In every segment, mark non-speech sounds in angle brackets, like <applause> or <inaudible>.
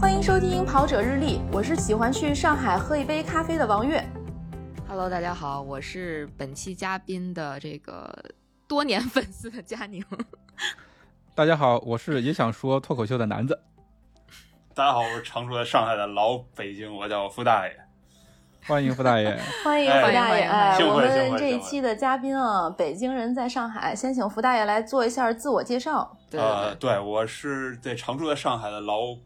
欢迎收听《跑者日历》，我是喜欢去上海喝一杯咖啡的王悦。 Hello，大家好，我是本期嘉宾的这个多年 <laughs> 粉丝的佳宁。大家好，我是也想说脱口秀的男子。大家好，我是常住在上海的老北京，我叫傅大爷。欢迎傅大 <laughs> 爷，欢迎福大爷！哎哎，幸我会幸们会这一期的嘉宾啊，北京人在上海，先请福大爷来做一下自我介绍。对呃，对对，我是对常住在上海的老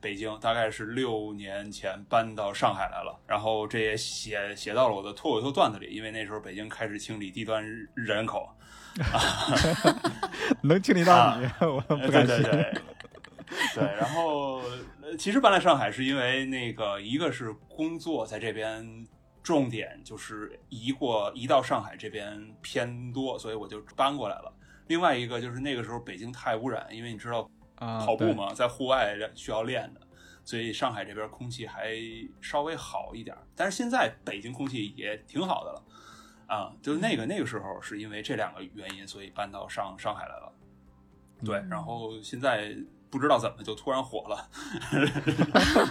北京，大概是六年前搬到上海来了，然后这也写写到了我的脱口秀段子里，因为那时候北京开始清理低端人口，能清理到你，我呃不对敢对信。对。对，然后呃其实搬来上海是因为那个，一个是工作在这边，重点就是移过移到上海这边偏多，所以我就搬过来了。另外一个就是那个时候北京太污染，因为你知道啊，跑步对嘛，在户外需要练的，所以上海这边空气还稍微好一点儿。但是现在北京空气也挺好的了，啊，就是那个那个时候是因为这两个原因，所以搬到上上海来了。对，嗯然后现在不知道怎么就突然火了，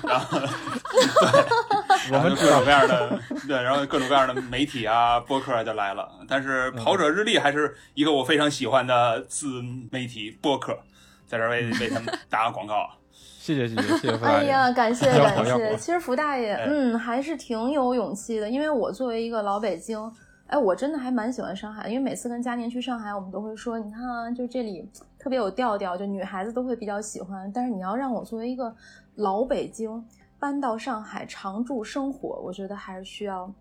然后 <laughs> 我然后们就各种各样的对，然后各种各样的媒体啊、播客啊就来了。但是嗯《跑者日历》还是一个我非常喜欢的自媒体播客，在这儿为为他们打个广告。啊谢谢谢谢谢谢傅大哎爷。 <laughs> 呀，感谢要感火要谢！火其实福大爷，哎嗯，还是挺有勇气的，因为我作为一个老北京，哎，我真的还蛮喜欢上海的，因为每次跟佳宁去上海，我们都会说，你看啊，就这里特别有调调，就女孩子都会比较喜欢。但是你要让我作为一个老北京搬到上海常住生活，我觉得还是需要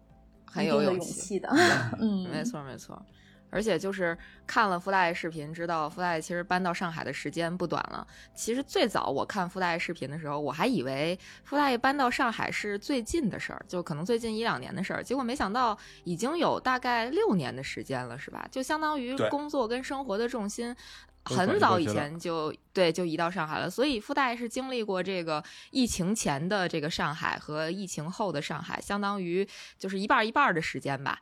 很一有定的勇勇气气的。 <laughs> 嗯，没错没错。而且就是看了傅大爷视频，知道傅大爷其实搬到上海的时间不短了。其实最早我看傅大爷视频的时候，我还以为傅大爷搬到上海是最近的事儿，就可能最近一两年的事儿。结果没想到已经有大概六年的时间了，是吧？就相当于对工作跟生活的重心。都转移很过早以去了前就对就移到上海了，所以傅大爷是经历过这个疫情前的这个上海和疫情后的上海，相当于就是一半儿一半儿的时间吧。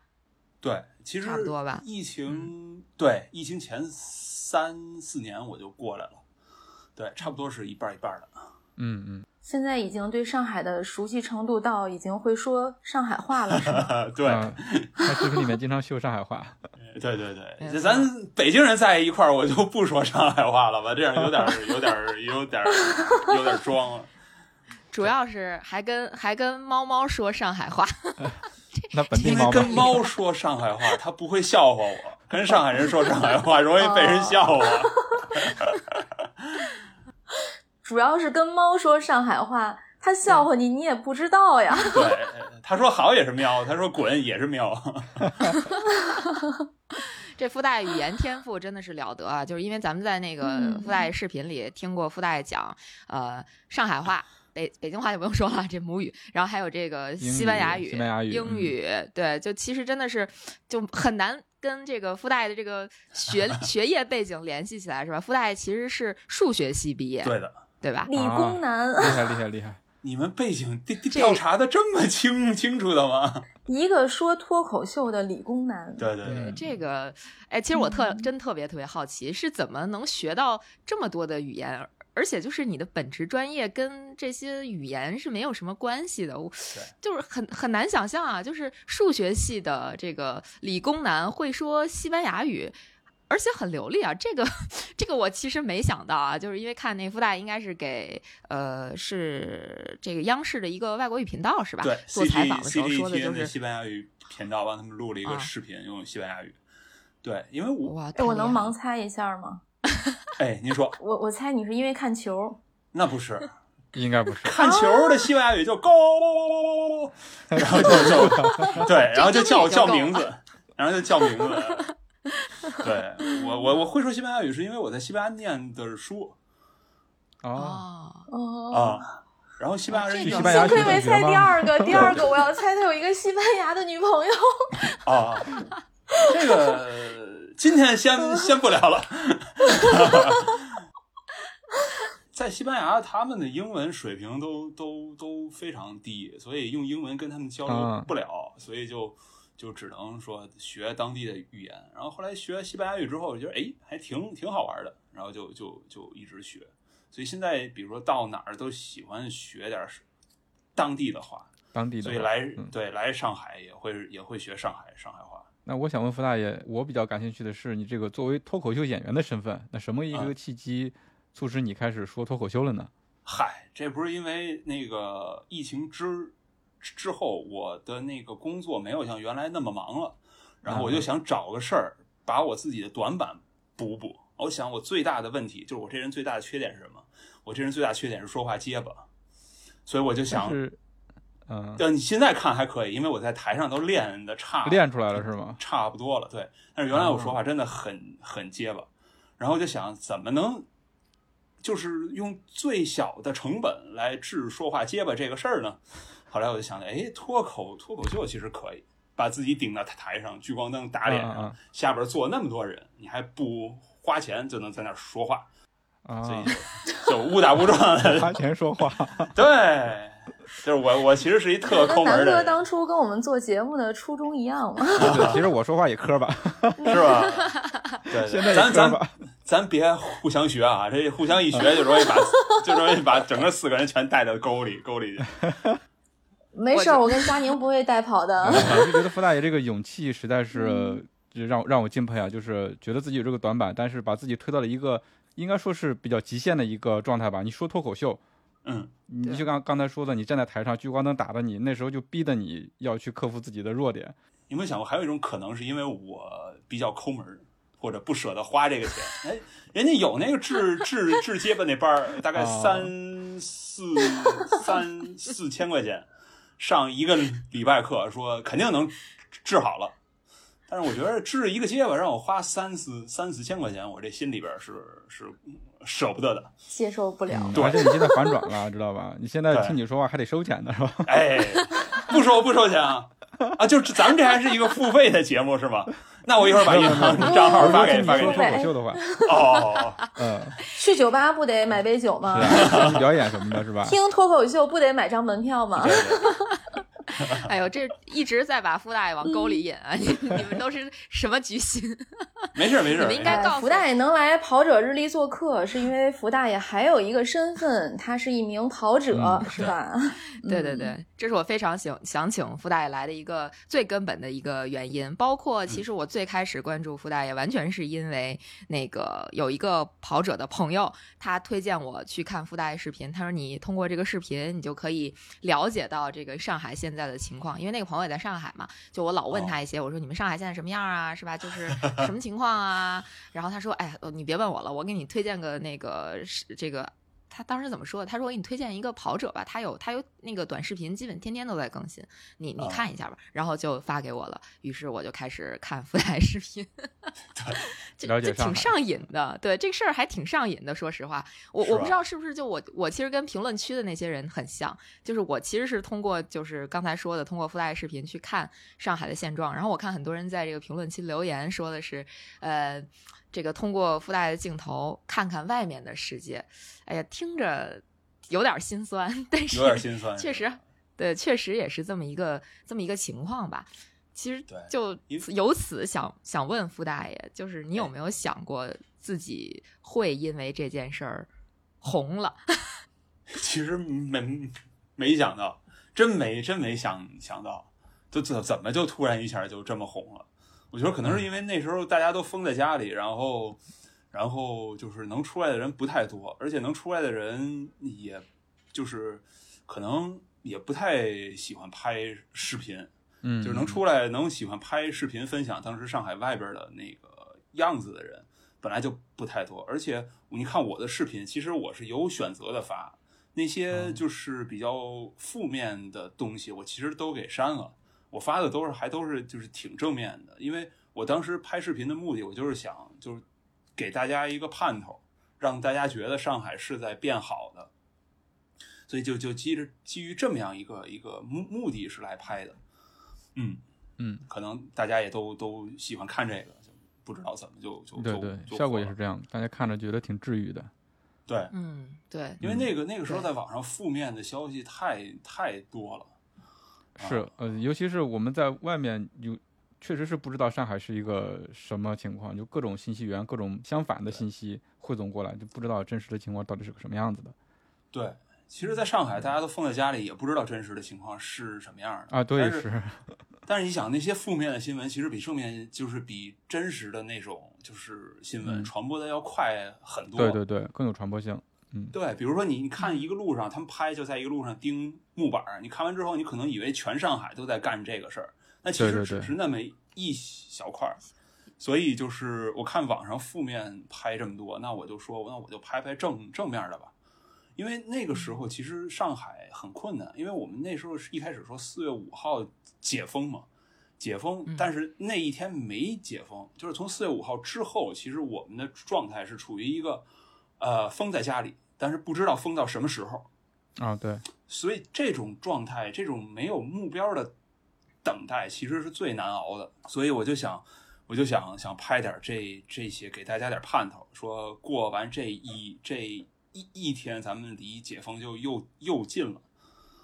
对，其实差不多吧嗯疫情对疫情前三四年我就过来了，对，差不多是一半儿一半儿的。嗯嗯，现在已经对上海的熟悉程度到已经会说上海话了，是吗？ <laughs> 对、啊他视频里面经常秀上 <laughs> 海话，对对对，没错这咱北京人在一块儿，我就不说上海话了吧，这样有点儿有点儿有点儿有点儿装了。主要是还跟还跟猫猫说上海话， <laughs> 那本地因猫为吧跟，猫说上海话，它不会笑话我；跟上海人说上海话，容易被人笑话。哦主要是跟猫说上海话，它笑话你，你也不知道 <laughs> 呀。对，他说好也是喵，他说滚也是喵。这傅大爷语言天赋真的是了得啊！就是因为咱们在那个嗯傅大爷视频里听过傅大爷讲，呃，上海话。北北京话就不用说了，这母语，然后还有这个英语西班牙语、西班牙语嗯英语，对，就其实真的是就很难跟这个傅大爷的这个 <laughs> 学学业背景联系起来，是吧？傅大爷其实是数学系毕业，对的，对吧？理工男，厉害厉害厉害。你们背景调调查的这么清清楚的吗？一个说脱口秀的理工男，对对对嗯，这个，哎，其实我特真特别特别好奇，是怎么能学到这么多的语言，而且就是你的本职专业跟这些语言是没有什么关系的，我对就是很很难想象啊，就是数学系的这个理工男会说西班牙语。而且很流利啊，这个 <laughs> 这个我其实没想到啊，就是因为看那傅大爷应该是给呃是这个央视的一个外国语频道是吧？对做采访的时候说的 CGTN 就的是西班牙语频道帮他们录了一啊个视频，用西班牙语。对，因为我哇，哎，我太厉能害了盲猜一下吗？哎，您说我我猜你是因为看球，那不是 <laughs> 应该不是，看球的西班牙语啊就 <laughs> go，然后就就对，然后就叫这英语就 go 叫名字，然后就叫名字。对我我我会说西班牙语，是因为我在西班牙念的书哦，哦，哦，啊。然后西班牙人这语个去西言班牙幸学亏短没学猜第吗？二个，第二个我要猜他有一个西班牙的女朋友。啊，这个今天先先不聊了。 <laughs> 在西班牙，他们的英文水平都都都非常低，所以用英文跟他们交流嗯不了，所以就就只能说学当地的语言。然后后来学西班牙语之后，我觉得哎还挺挺好玩的，然后就就就一直学。所以现在比如说到哪儿都喜欢学点儿当地的话，当地的所话。以来嗯对来上海也会也会学上海上海话。那我想问傅大爷，我比较感兴趣的是，你这个作为脱口秀演员的身份，那什么一啊个契机促使你开始说脱口秀了呢？嗨，这不是因为那个疫情之之后，我的那个工作没有像原来那么忙了，然后我就嗯想找个事儿把我自己的短板补补。我想我最大的问题就是我这人最大的缺点是什么？我这人最大缺点是说话结巴，所以我就但想，是，嗯、呃，你现在看还可以，因为我在台上都练的差练出来了是吗？嗯差不多了，对。但是原来我说话真的很很结巴，然后我就想怎么能就是用最小的成本来治说话结巴这个事儿呢？后来我就想，哎，脱口脱口秀其实可以，把自己顶到台上，聚光灯打脸上，嗯嗯嗯下边坐那么多人，你还不花钱就能在那儿说话，啊 <laughs> 所，以就就误打误撞的，花钱说话， <laughs> 对。就是我，我其实是一特跟抠门南的哥人，当初跟我们做节目的初衷一样 <laughs> 嘛。对，其实我说话也磕巴，是 <laughs> 吧？对，现在也咱磕咱巴咱别互相学啊，这互相 <laughs> 一学就容易把就容易把整个四个人全带到沟里沟里去。没事儿，我跟佳宁不会带跑的嗯。 <laughs> 我就觉得傅大爷这个勇气实在是就让让我敬佩啊，就是觉得自己有这个短板，但是把自己推到了一个应该说是比较极限的一个状态吧。你说脱口秀，嗯，你对就刚刚才说的，你站在台上聚光灯打的你，那时候就逼得你要去克服自己的弱点。有没有想过还有一种可能是因为我比较抠门儿，或者不舍得花这个钱？ <laughs> 哎，人家有那个治治治结巴那班儿，大概哦三、四三四千块钱上一个礼拜课，说肯定能治好了。但是我觉得治一个结巴让我花三四三四千块钱，我这心里边儿是是舍不得的。接受不了。嗯对而且你现在反转了，知道吧？你现在对听你说话还得收钱的是吧？哎，不收不收钱啊！啊，就是咱们这还是一个付费的节目是吗？那我一会儿把银行账号我发说 <laughs> 听给你发给说你。脱口秀的话， <laughs> 哦，嗯，去酒吧不得买杯酒吗？是啊，表演什么的是吧？听脱口秀不得买张门票吗对？对哎呦，这一直在把傅大爷往沟里引啊！你你们都是什么居心？没事没事你们应该没事哎告诉福大爷能来跑者日历做客，是因为福大爷还有一个身份，他是一名跑者，嗯是吧？对对嗯，对，这是我非常想想请傅大爷来的一个最根本的一个原因，包括其实我最开始关注傅大爷，完全是因为那个有一个跑者的朋友，他推荐我去看傅大爷视频，他说你通过这个视频，你就可以了解到这个上海现在的情况，因为那个朋友也在上海嘛，就我老问他一些，我说你们上海现在什么样啊，是吧？就是什么情况啊？然后他说，哎，呃你别问我了，我给你推荐个那个是这个他当时怎么说的？他说我给你推荐一个跑者吧，他有他有那个短视频，基本天天都在更新，你你啊哦看一下吧。然后就发给我了，于是我就开始看福袋视 <laughs> 频， <laughs> 这了解这上挺海上瘾的。对这个事儿还挺上瘾的，说实话，我是我不吧知道是不是就我我其实跟评论区的那些人很像，就是我其实是通过就是刚才说的通过福袋视频去看上海的现状，然后我看很多人在这个评论区留言说的是，呃。这个通过附带的镜头看看外面的世界，哎呀，听着有点心酸，但是有点心酸。确实，对，确实也是这么一个这么一个情况吧。其实对就因此由此想想问傅大爷，就是你有没有想过自己会因为这件事儿红了？其实没没想到，真没真没想想到，就怎怎么就突然一下就这么红了？我觉得可能是因为那时候大家都封在家里，然后然后就是能出来的人不太多，而且能出来的人也就是可能也不太喜欢拍视频，嗯，就是能出来能喜欢拍视频分享当时上海外边的那个样子的人，本来就不太多。而且你看我的视频，其实我是有选择的发，那些嗯就是比较负面的东西，我其实都给删了。我发的都是还都是就是挺正面的，因为我当时拍视频的目的，我就是想就是给大家一个盼头，让大家觉得上海是在变好的，所以就就基着基于这么样一个一个目目的是来拍的，嗯，嗯，可能大家也都都喜欢看这个，就不知道怎么就就对就对，就效火果也了是这样的，大家看着觉得挺治愈的。对，嗯，对，因为那个那个时候对在网上负面的消息太太多了，啊是，呃，尤其是我们在外面有，确实是不知道上海是一个什么情况，就各种信息源、各种相反的信息汇总过来，就不知道真实的情况到底是个什么样子的对。其实，在上海，大家都封在家里，也不知道真实的情况是什么样的啊。对，但是是，但是你想，那些负面的新闻其实比正面，就是比真实的那种就是新闻嗯传播的要快很多。对对对，更有传播性。对比如说你你看一个路上，他们拍就在一个路上钉木板儿，你看完之后，你可能以为全上海都在干这个事儿，那其对实对只对是那么一小块儿。所以就是我看网上负面拍这么多，那我就说，那我就拍拍正正面的吧。因为那个时候其实上海很困难，因为我们那时候是一开始说四月五号解封嘛，解封嗯，但是那一天没解封，就是从四月五号之后，其实我们的状态是处于一个呃封在家里，但是不知道封到什么时候，啊，对，所以这种状态，这种没有目标的等待，其实是最难熬的。所以我就想，我就想想拍点这这些，给大家点盼头，说过完这一这一一天，咱们离解封就又又近了。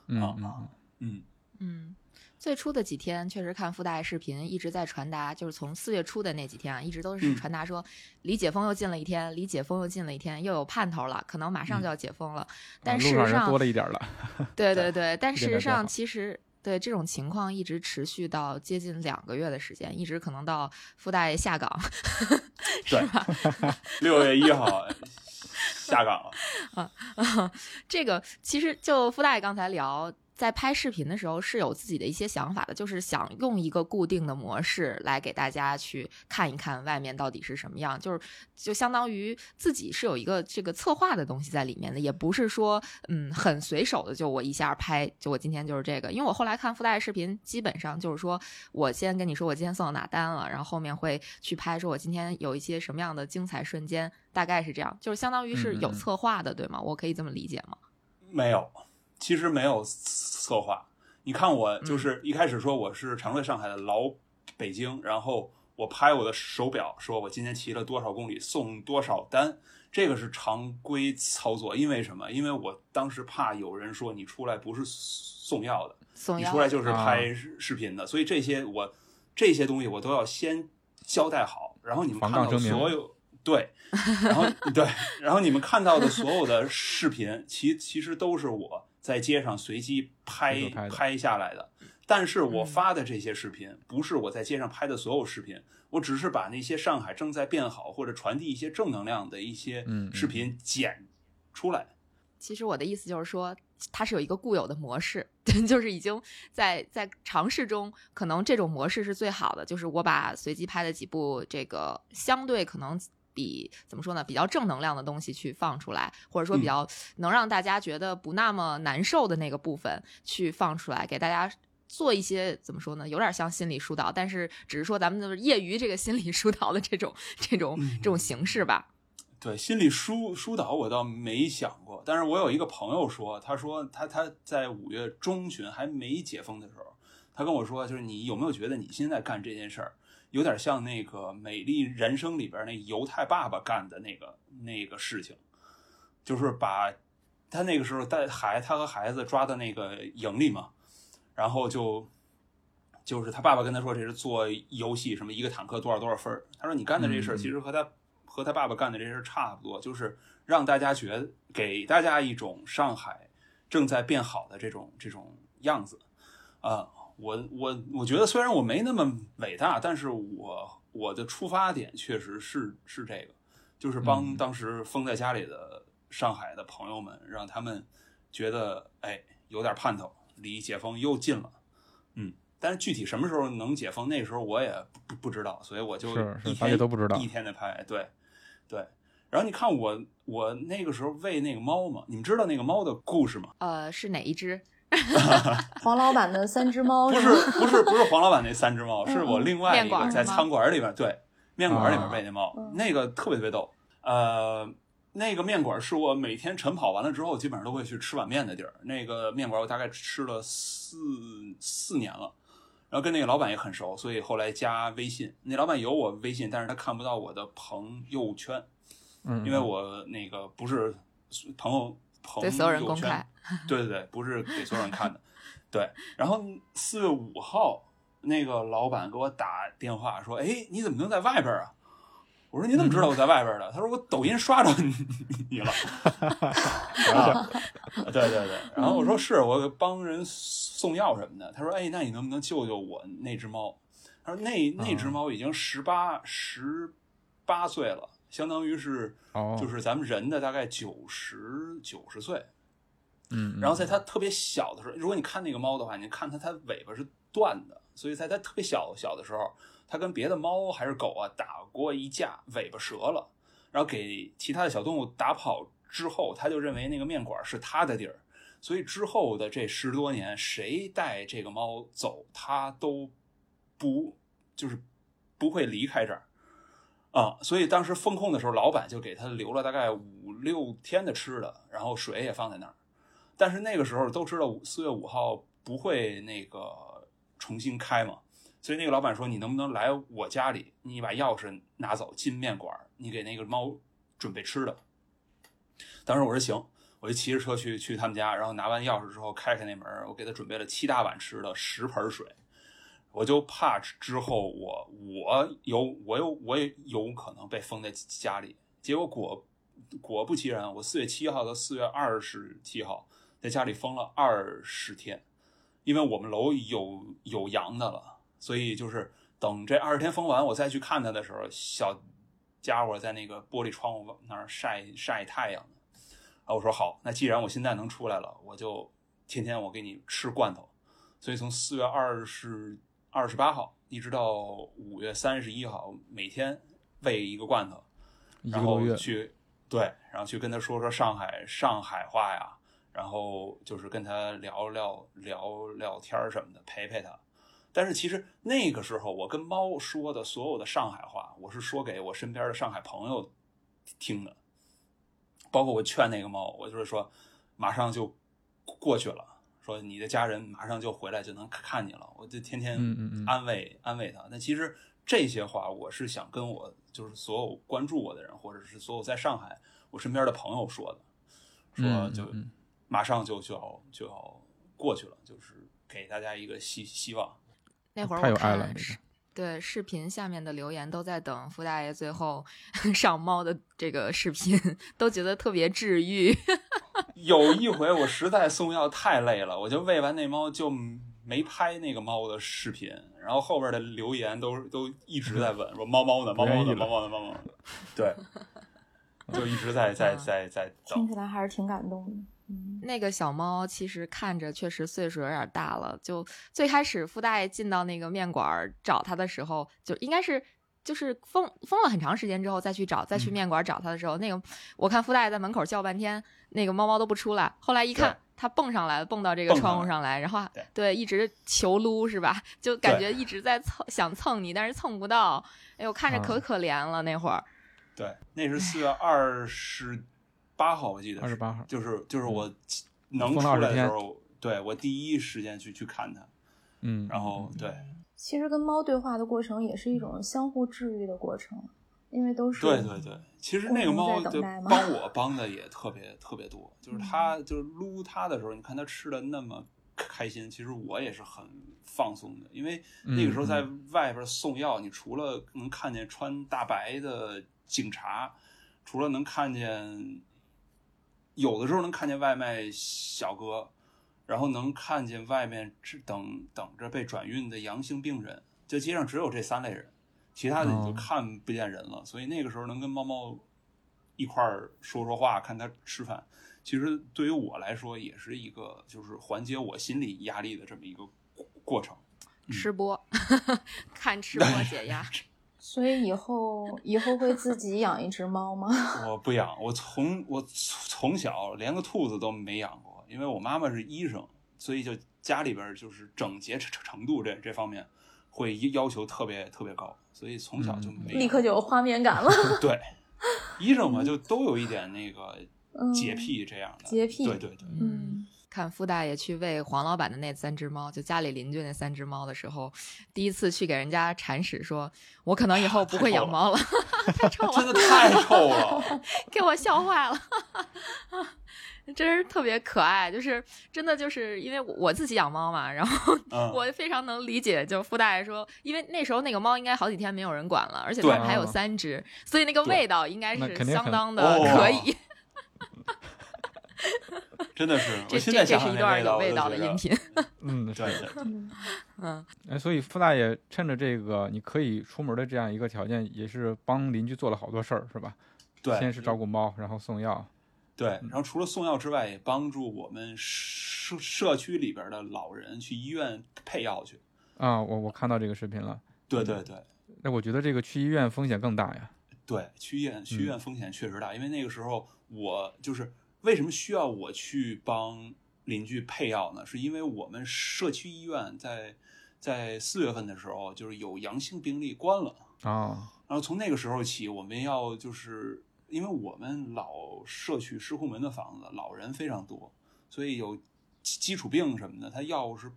嗯啊嗯啊嗯，嗯，嗯，最初的几天确实看附带视频一直在传达，就是从四月初的那几天啊，一直都是嗯传达说离解封又近了一天，离解封又近了一天，又有盼头了，可能马嗯上就要解封了。但啊事路上实人上多，了一点儿了。对对对，但事变实得更好上其实。对这种情况一直持续到接近两个月的时间，一直可能到附带下岗，对，六月一号 <laughs> 下岗了。这个其实就傅大爷刚才聊，在拍视频的时候是有自己的一些想法的，就是想用一个固定的模式来给大家去看一看外面到底是什么样，就是就相当于自己是有一个这个策划的东西在里面的，也不是说嗯很随手的就我一下拍，就我今天就是这个，因为我后来看傅大爷视频，基本上就是说我先跟你说我今天送到哪单了，然后后面会去拍说我今天有一些什么样的精彩瞬间，大概是这样，就是相当于是嗯嗯有嗯策划的，对吗？我可以这么理解吗？没有，其实没有策划。你看我就是一开始说我是常在上海的老北京，然后我拍我的手表，说我今天骑了多少公里，送多少单，这个是常规操作。因为什么？因为我当时怕有人说你出来不是送药的，送你药出来就是啊拍视视频的，所以这些我这些东西我都要先交代好，然后你们防看杠到的声明所有对，然后对，然后你们看到的所有的视频，其其实都是我在街上随机随拍手拍的拍下来的，但是我嗯发的这些视频不是我在街上拍的所有视频，我只是把那些上海正在变好或者传递一些正能量的一些嗯嗯视频剪出来。其实我的意思就是说，它是有一个固有的模式， <laughs> 就是已经在在尝试中，可能这种模式是最好的。就是我把随机拍的几部这个相对可能比怎么说呢，比较正能量的东西去放出来，或者说嗯比较能让大家觉得不那么难受的那个部分去放出来，给大家。做一些怎么说呢，有点像心理疏导，但是只是说咱们就是业余这个心理疏导的这种、这种、嗯这种形式吧。对心理疏疏导，我倒没想过。但是我有一个朋友说，他说他他在五月中旬还没解封的时候，他跟我说，就是你有没有觉得你现在干这件事儿，有点像那个《美丽人生》里边那犹太爸爸干的那个那个事情，就是把他那个时候带孩他和孩子抓到那个营里嘛，然后就就是他爸爸跟他说这是做游戏什么一个坦克多少多少分儿，他说你干的这事儿嗯其实和他、和他爸爸干的这事儿差不多，就是让大家觉得给大家一种上海正在变好的这种这种样子啊、我我我觉得虽然我没那么伟大，但是我我的出发点确实是是这个，就是帮嗯当时封在家里的上海的朋友们，让他们觉得哎有点盼头，离解封又近了。嗯，但是具体什么时候能解封，那时候我也不不不知道，所以我就是是一大天家都不知道一天的拍，对对。然后你看我我那个时候喂那个猫嘛，你们知道那个猫的故事吗？呃，是哪一只？黄老板的三只 <laughs> 猫不是是吗？ <laughs> 嗯不是不是黄老板那三只猫，是我另外面一馆个儿在是吗餐馆儿里边对面馆儿里边啊喂那猫嗯，那个特别特别逗。呃，那个面馆儿是我每天晨跑完了之后，基本上都会去吃碗面的地儿。那个面馆儿我大概吃了四四年了。然后跟那个老板也很熟，所以后来加微信。那老板有我微信，但是他看不到我的朋友圈，嗯，因为我那个不是朋友朋友对所有人公圈开，对对对，不是给所有人看的。对，然后四月五号，那个老板给我打电话说：“哎，你怎么能在外边啊？”我说：“你怎么知道我在外边的？”他说：“我抖音刷着你你 <laughs> 了。啊” <laughs> 对对对，然后我说：“是我帮人送药什么的。”他说：“哎，那你能不能救救我那只猫？”他说：“那那嗯只猫已经十八十八岁了，相当于是哦，就是咱们人的大概九十九十岁。”嗯，嗯然后在它特别小的时候，如果你看那个猫的话，你看它它尾巴是断的，所以在它特别小小的时候，它跟别的猫还是狗啊打过一架，尾巴折了，然后给其他的小动物打跑之后，它就认为那个面馆是它的地儿，所以之后的这十多年，谁带这个猫走，它都不就是不会离开这儿。啊、所以当时封控的时候，老板就给他留了大概五六天的吃的，然后水也放在那儿。但是那个时候都知道四月五号不会那个重新开嘛，所以那个老板说你能不能来我家里，你把钥匙拿走进面馆儿，你给那个猫准备吃的。当时我说行，我就骑着车去去他们家，然后拿完钥匙之后开开那门儿，我给他准备了七大碗吃的，十盆儿水。我就怕之后我我有我有我也有可能被封在家里，结果果果不其然，我四月七号到四月二十七号在家里封了二十天，因为我们楼有有阳的了，所以就是等这二十天封完，我再去看他的时候，小家伙在那个玻璃窗户那儿晒晒太阳呢。啊，我说好，那既然我现在能出来了，我就天天我给你吃罐头。所以从四月二十二十八号一直到五月三十一号，每天喂一个罐头，一个然多后月，去对，然后去跟他说说上海上海话呀，然后就是跟他聊聊聊聊天儿什么的，陪陪他。但是其实那个时候，我跟猫说的所有的上海话，我是说给我身边的上海朋友听的，包括我劝那个猫，我就是说马上就过去了，说你的家人马上就回来就能看你了，我就天天嗯嗯嗯安慰安慰他。那其实这些话，我是想跟我就是所有关注我的人，或者是所有在上海我身边的朋友说的，说嗯就嗯嗯马上就就要就要过去了，就是给大家一个希希望。那会儿太我有爱了，看那个视对视频下面的留言都在等傅大爷最后 <laughs> 上猫的这个视频， <laughs> 都觉得特别治愈。有一回我实在送药太累了，我就喂完那猫就没拍那个猫的视频，然后后边的留言都都一直在问说猫猫呢，猫猫不愿呢，意了猫猫呢，猫猫呢，对，就一直在在在在听等。起来还是挺感动的。嗯，那个小猫其实看着确实岁数有点大了，就最开始傅大爷进到那个面馆儿找他的时候，就应该是。就是封封了很长时间之后再去找，再去嗯面馆儿找他的时候，那个我看傅大爷在门口叫半天，那个猫猫都不出来。后来一看对，它蹦上来了，蹦到这个蹦上窗户来上来，然后对对一直求撸是吧？ <laughs> 就感对觉一直在蹭想蹭你，但是蹭不到。哎呦，看着可啊可怜了那会儿。嗯对，那是四月二十八号，我记得是28号就是就是我能封出了20来的时天候，对我第一时间去去看它，嗯，然后对。其实跟猫对话的过程也是一种相互治愈的过程，因为都是对对对，其实那个猫我们在就等待吗嗯帮我帮的也特别特别多，就是它就是撸它的时候，你看它吃的那么开心，其实我也是很放松的，因为那个时候在外边送药，你除了能看见穿大白的警察，除了能看见，有的时候能看见外卖小哥，然后能看见外面只等等着被转运的阳性病人，就街上只有这三类人，其他的你就哦看不见人了。所以那个时候能跟猫猫一块儿说说话，看它吃饭，其实对于我来说也是一个就是缓解我心理压力的这么一个过 <laughs> 过程。嗯吃播， <laughs> 看吃 <laughs> 播解压。所以以后以后会自己养一只猫吗？ <laughs> 我不养，我从我从从小连个兔子都没养过，因为我妈妈是医生，所以就家里边儿就是整洁程程度这这方面会要求特别特别高，所以从小就嗯没有立刻就有画面感了。 <laughs> 对，衣裳嘛就都有一点那个嗯洁癖这样的，洁癖对对对，嗯，看傅大爷去喂黄老板的那三只猫，就家里邻居那三只猫的时候，第一次去给人家铲屎说，我可能以后 <laughs> 不会养猫了，太臭真了，的太臭了， <laughs> 给我笑坏了， <laughs> 真是特别可爱。就是真的就是因为我我自己养猫嘛，然后嗯，我非常能理解，就傅大爷说，因为那时候那个猫应该好几天没有人管了，而且他们对还有三只，所以那个嗯对味道应该那是肯定相很当的哦可以。真的是，这我这现在这想是一想那段有味道道的我都觉音得，频。嗯，是 <laughs> 对对对，嗯哎，所以傅大爷趁着这个你可以出门的这样一个条件，也是帮邻居做了好多事儿，是吧？对先是照顾嗯猫，然后送药。对，然后除了送药之外，也帮助我们社社区里边的老人去医院配药去。啊，我我看到这个视频了。对对对那我觉得这个去医院风险更大呀。对，去医院去医嗯院风险确实大，因为那个时候我就是为什么需要我去帮邻居配药呢？是因为我们社区医院在在四月份的时候，就是有阳性病例关了。啊，然后从那个时候起，我们要就是因为我们老社区石库门的房子老人非常多，所以有基基础病什么的，他药是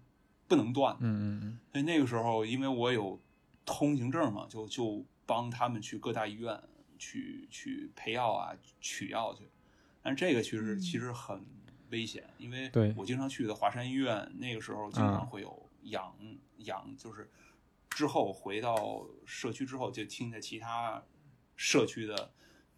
不能断的。嗯嗯所以那个时候，因为我有通行证嘛，就就帮他们去各大医院去去配药啊、取药去。但这个其实、其实很危险，因为对我经常去的华山医院，那个时候经常会有养、养，就是之后回到社区之后，就听着其他社区的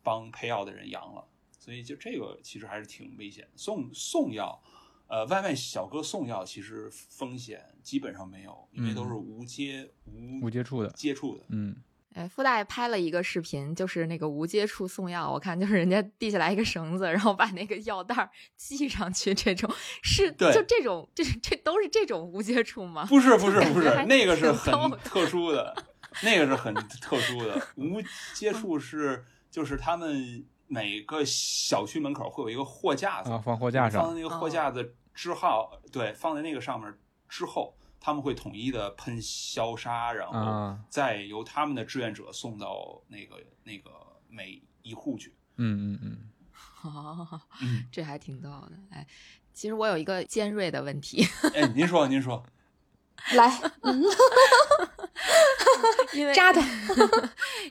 帮配药的人阳了，所以就这个其实还是挺危险。送送药。呃，外卖小哥送药其实风险基本上没有，因为都是无接、嗯，无接触的。接触的。嗯，哎，傅大爷拍了一个视频，就是那个无接触送药，我看就是人家递下来一个绳子，然后把那个药袋儿 <laughs> 系上去，这种是对就这种，这这都是这种无接触吗？ <laughs> 不是不是不感觉还是，那个是挺逗很的特殊的，那个是很特殊的。无接触是就是他们每个小区门口会有一个货架子，啊，放货架放上。在哦那个货架子之后，对，放在那个上面之后，他们会统一的喷消杀，然后啊再由他们的志愿者送到那个那个每一户去。嗯嗯嗯，哦，嗯，这还挺逗的。哎，其实我有一个尖锐的问题， <laughs> 哎，您说您说，来，因为扎他，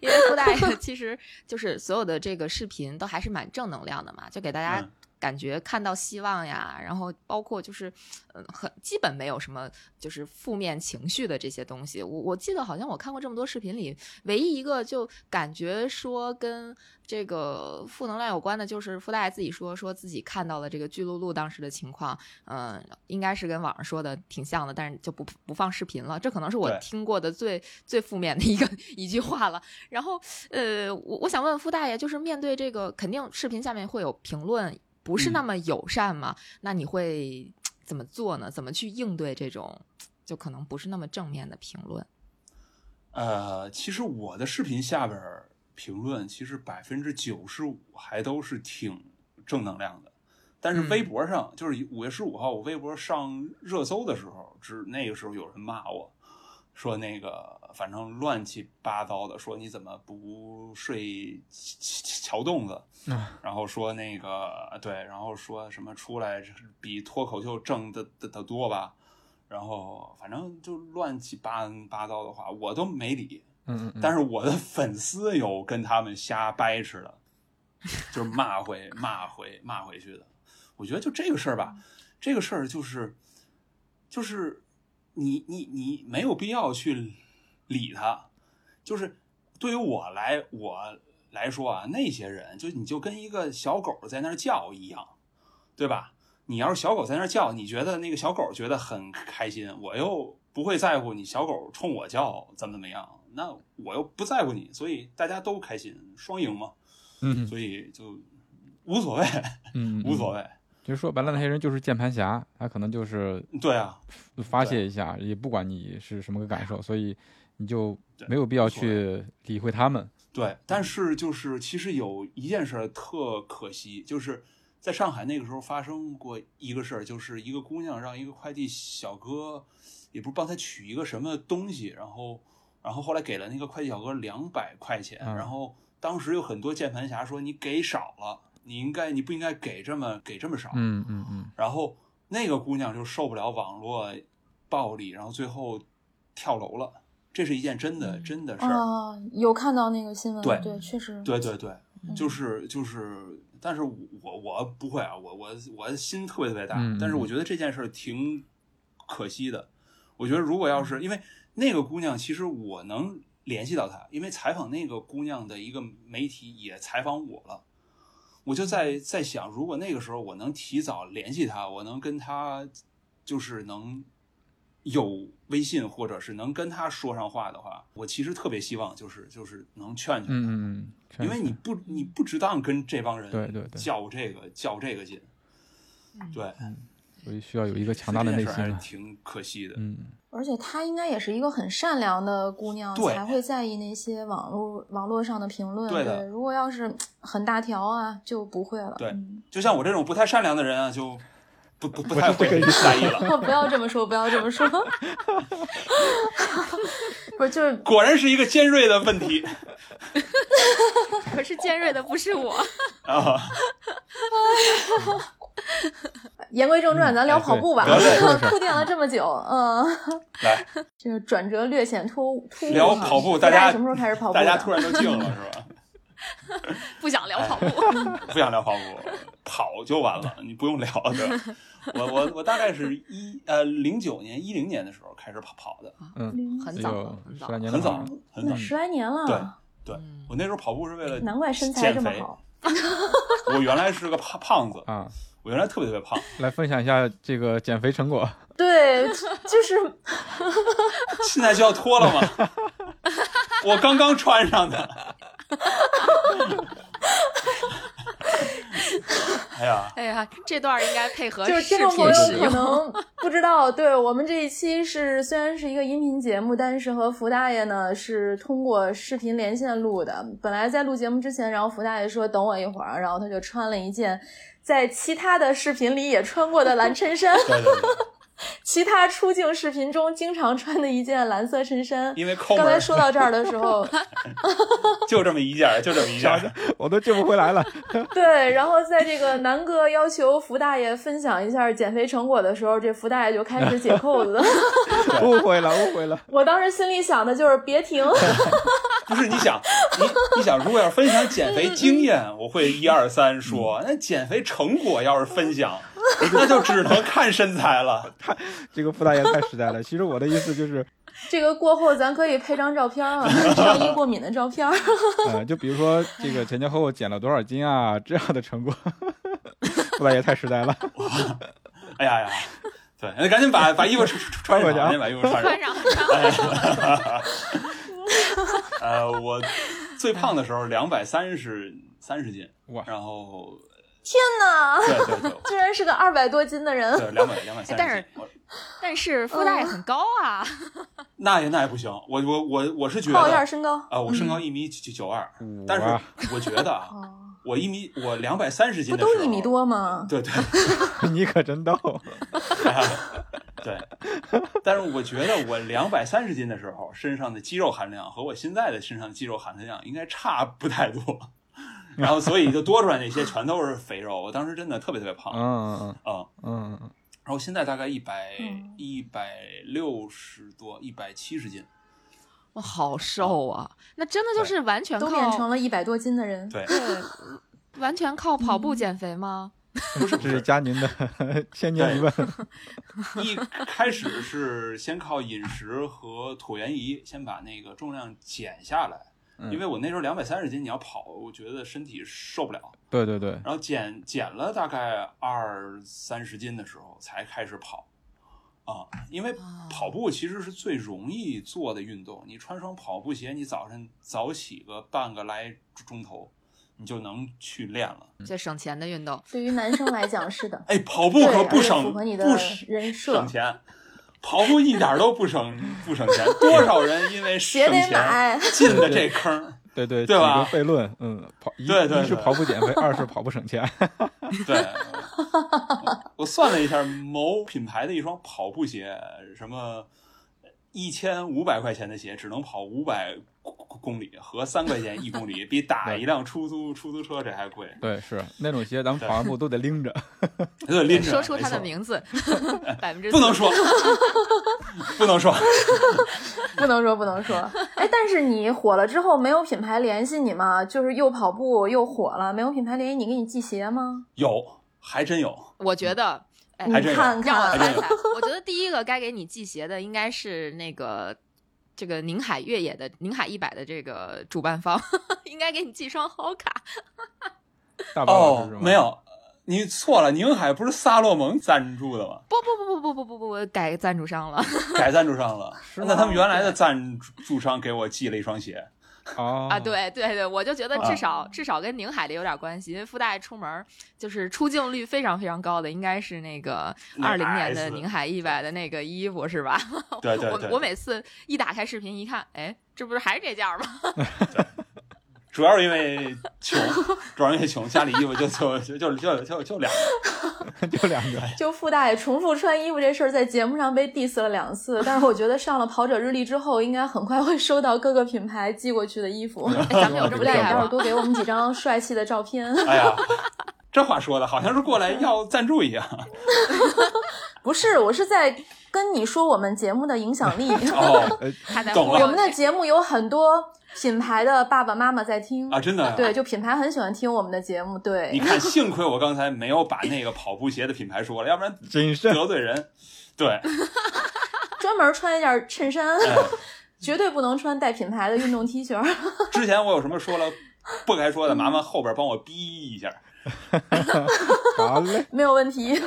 因为傅 <laughs> 大爷其实就是所有的这个视频都还是蛮正能量的嘛，就给大家嗯感觉看到希望呀，然后包括就是，嗯，很基本没有什么就是负面情绪的这些东西。我我记得好像我看过这么多视频里，唯一一个就感觉说跟这个负能量有关的，就是傅大爷自己说说自己看到了这个巨鹿鹿当时的情况，嗯，应该是跟网上说的挺像的，但是就不不放视频了。这可能是我对听过的最最负面的一个一句话了。然后，呃，我我想问傅大爷，就是面对这个，肯定视频下面会有评论，不是那嗯么友善嘛？那你会怎么做呢？怎么去应对这种就可能不是那么正面的评论？呃，其实我的视频下边儿评论，其实百分之九十五还都是挺正能量的。但是嗯微博上，就是五月十五号，我微博上热搜的时候，只那个时候有人骂我，说那个反正乱七八糟的，说你怎么不睡桥洞子，啊然后说那个对，然后说什么出来比脱口秀挣的的的多吧，然后反正就乱七八八糟的话，我都没理。嗯嗯嗯，但是我的粉丝有跟他们瞎掰 <laughs> 扯的，就是骂回骂回骂回去的。我觉得就这个事儿嗯吧，这个事儿就是就是你你你没有必要去理他。就是对于我来我来说啊，那些人就你就跟一个小狗在那儿叫一样，对吧？你要是小狗在那儿叫，你觉得那个小狗觉得很开心，我又不会在乎你小狗冲我叫怎么怎么样，那我又不在乎你，所以大家都开心，双赢嘛，嗯所以就无所谓，嗯无所谓。谓。就说白了，那些人就是键盘侠，他可能就是对啊，发泄一下，也不管你是什么个感受，所以你就哎对没有必要无所谓去理会他们。对，但是就是其实有一件事儿特可惜，就是在上海那个时候发生过一个事儿，就是一个姑娘让一个快递小哥，也不是帮她取一个什么东西，然后然后后来给了那个快递小哥两百块钱，嗯然后当时有很多键盘侠说你给少了，你应该你不应该给这么给这么少，嗯嗯嗯，然后那个姑娘就受不了网络暴力，然后最后跳楼了，这是一件嗯真的真的事儿。啊，有看到那个新闻，对对，确实，对对对，嗯就是就是，但是我我不会啊，我我我心特别特别大，嗯但是我觉得这件事儿挺可惜的。我觉得如果要是因为那个姑娘，其实我能联系到她，因为采访那个姑娘的一个媒体也采访我了。我就在在想，如果那个时候我能提早联系她，我能跟她就是能有微信，或者是能跟她说上话的话，我其实特别希望就是就是能劝劝她。嗯嗯嗯，因为你不你不值当跟这帮人对对对较这个较这个劲，嗯对，所以需要有一个强大的内这心件事儿还啊是。挺可惜的。嗯，而且她应该也是一个很善良的姑娘，对才会在意那些网络网络上的评论。对的如果要是很大条啊，就不会了。对嗯就像我这种不太善良的人啊，就不不不太会在意 <laughs> 了。不要这么说，不要这么说。 <laughs> 不是，就是果然是一个尖锐的问题可是尖锐的不是我，啊！言归正传，咱聊哎跑对步吧。嗯聊这 <laughs> 个事儿铺垫了这么久，嗯，来这个转折略显突突兀。聊跑步，大家什么时候开始跑步的？大家突然都静了，是吧？不想聊跑步。 <laughs> 不想聊跑步，跑就完了，你不用聊的。我我我大概是一呃零九年一零年的时候开始跑跑的，很哎也早有了很哎十早来年很了早吧很早那。十来年了，对对嗯，我那时候跑步是为了难怪身材这么减肥好。我原来是个胖胖子，啊，我原来特别特别胖，来分享一下这个减肥成果。 <laughs> 对， <laughs> 就是 <laughs> 现在就要脱了吗？ <laughs> 我刚刚穿上的。哎呀，哎呀，这段儿应该配合就是视听众朋频使友可 <laughs> 用。能不知道，对我们这一期是虽然是一个音频节目，但是和福大爷呢是通过视频连线录的。本来在录节目之前，然后福大爷说等我一会儿，然后他就穿了一件在其他的视频里也穿过的蓝衬 <laughs> 衫，对对对，其他出镜视频中经常穿的一件蓝色衬衫。因为抠门刚才儿说到这儿的时 <laughs> 候，就这么一件儿，就这么一件儿。我都救不回 <laughs> 来了。对，然后在这个南哥要求福大爷分享一下减肥成果的时候，这福大爷就开始解扣子。误会了，误会了。我当时心里想的就是别 <laughs> 停，不是你想，你你想，如果要分享减肥经验，我会一二嗯三说；那减肥成果要是分享，那就只能看身材了。这个傅大爷太实在了。其实我的意思就是，这个过后咱可以配张照片啊，上衣过敏的照 <laughs> 片。呃，就比如说这个前前后后减了多少斤啊，这样的成果， <laughs> 傅大爷太实在了。哎呀呀，对，那赶紧把把衣服穿穿上，啊赶紧把衣服 <laughs> 穿上穿。上，呃，我最胖的时候两百三十三十斤，哇然后呐，对对对 <laughs> 居然是个二百多斤的 <laughs> 人，对，两百两百哎三但十是斤，我但是腹带很高啊，那也那也不行，我我我我是觉得报一下啊、身高。我身高一米九九二，哇但是我觉得啊，哦，我一米我两百三十斤不的时候都一米，多吗？对对 <laughs> 你可真逗。对，但是我觉得我两百三十斤的时候，身上的肌肉含量和我现在的身上的肌肉含量应该差不太多，然后所以就多出来那些全都是肥肉，我当时真的特别特别胖啊。嗯嗯嗯嗯然后现在大概一百嗯一百六十多，一百七十斤。我好瘦啊！那真的就是完全都变靠成了一百多斤的人。 <laughs> 对，对，完全靠跑步减肥吗？不是嗯，不这是是，佳宁的 <laughs> 千年一问。一开始是先靠饮食和椭圆仪，先把那个重量减下来。嗯因为我那时候两百三十斤，你要跑，我觉得身体受不了。对对对，然后减减了大概二三十斤的时候，才开始跑啊。因为啊跑步其实是最容易做的运动，你穿双跑步鞋，你早上早起个半个来钟头，你就能去练了。，最省钱的运动，对于男生来讲是的哎，跑步对，可 <laughs> 不而且省符合你的不省人 <laughs> 设省。钱，跑步一点都不省不省钱。多少人因为鞋省得钱买，进了这坑儿，对对对吧几个悖论，嗯，跑一对对一是对跑步 <laughs> 减肥，二是跑步省钱，对，我算了一下，某品牌的一双跑步鞋，什么一千五百块钱的鞋，只能跑五百公里和三块钱一公里，比打一辆出租出租车这还贵。对，是那种鞋，咱们跑完步都得拎 <laughs> 着，对，拎着 <laughs> 说出没他的错名 <laughs> 字，百分之不能说， <laughs> 不能说，不能说不能 <laughs> 说。哎，但是你火了之后，没有品牌联系你吗？就是又跑步又火了，没有品牌联系你，给你寄鞋吗？有还真有，我觉得，哎，你嗯还真有看让我看，猜猜，我觉得第一个该给你系鞋的应该是那个这个宁海越野的宁海一百的这个主办方， <laughs> 应该给你寄双 Hoka。大宝老哦师是吗？，没，有。你错了，宁海不是萨洛蒙赞助 <laughs> 的吗？不不不不不不不不，改赞助商了改赞助商了。是吗那他们原来的赞助商给我寄了一双鞋，哦啊！，对对对，我就觉得啊至少至少跟宁海的有点关系，因为附带出门儿就是出镜率非常非常高的，应该是那个那二零年 S 的宁海一百的那个衣服是吧？对对对哦我我每次一打开视频一看，哎，这不是还是这件儿吗？主要是因为穷，主要是因为穷，家里衣服就就就就就就就两 <laughs> 个，就两 <laughs> 个，就附带重复穿衣服这事儿，在节目上被 diss 了两次，但是我觉得上了跑者日历之后，应该很快会收到各个品牌寄过去的衣服。嗯 <laughs> 咱们有这不么赖，厉你害待会儿吗？多给我们几张帅气的照片。哎呀，这话说的好像是过来要赞助 <laughs> 一样。不是，我是在跟你说我们节目的影响力。哦呃，他在懂忽了 <laughs> 悠我们的你节目有很多品牌的爸爸妈妈在听啊，真的、对，。就品牌很喜欢听我们的节目，对，你看，幸亏我刚才没有把那个跑步鞋的品牌说了，要不然谨慎，得罪人。对，专门穿一件衬衫，哎绝对不能穿带品牌的运动 T 恤儿。之前我有什么说了不该说的，麻烦后边帮我逼一下。好嘞，没有问题。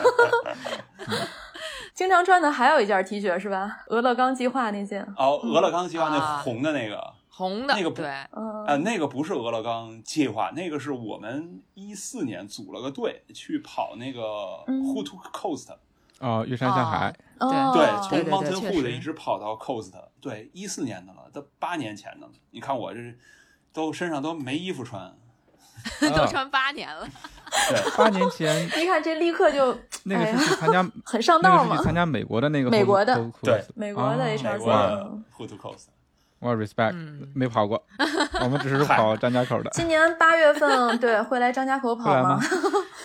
<laughs> 经常穿的还有一件 T 恤是吧？俄勒冈计划那件，哦，俄勒冈计划那啊红的那个，红的那个不对，嗯、呃，那个不是俄勒冈计划，那个是我们一四年组了个队去跑那个嗯 Who to Coast，、 <laughs> 哦，越山下海，哦，对，对从对 Mountain 确 Hood 实一直跑到 Coast，对，一四年的了，都八年前的了。你看我这都身上都没衣服穿，都哦 <laughs> 啊穿八年了，对，八年 <laughs> 前一看这立刻就那个哎呀是去 <laughs> 参加，很上道那个嘛是去。参加美国的那个美国的 Hood- Hood- 对美国的 HR 啊美计国划。的嗯 Who to Coast，我 respect 嗯没跑 <laughs> 过，我们只是跑张家口的，今年八月份，对，会来张家口跑会 <laughs> 来吗？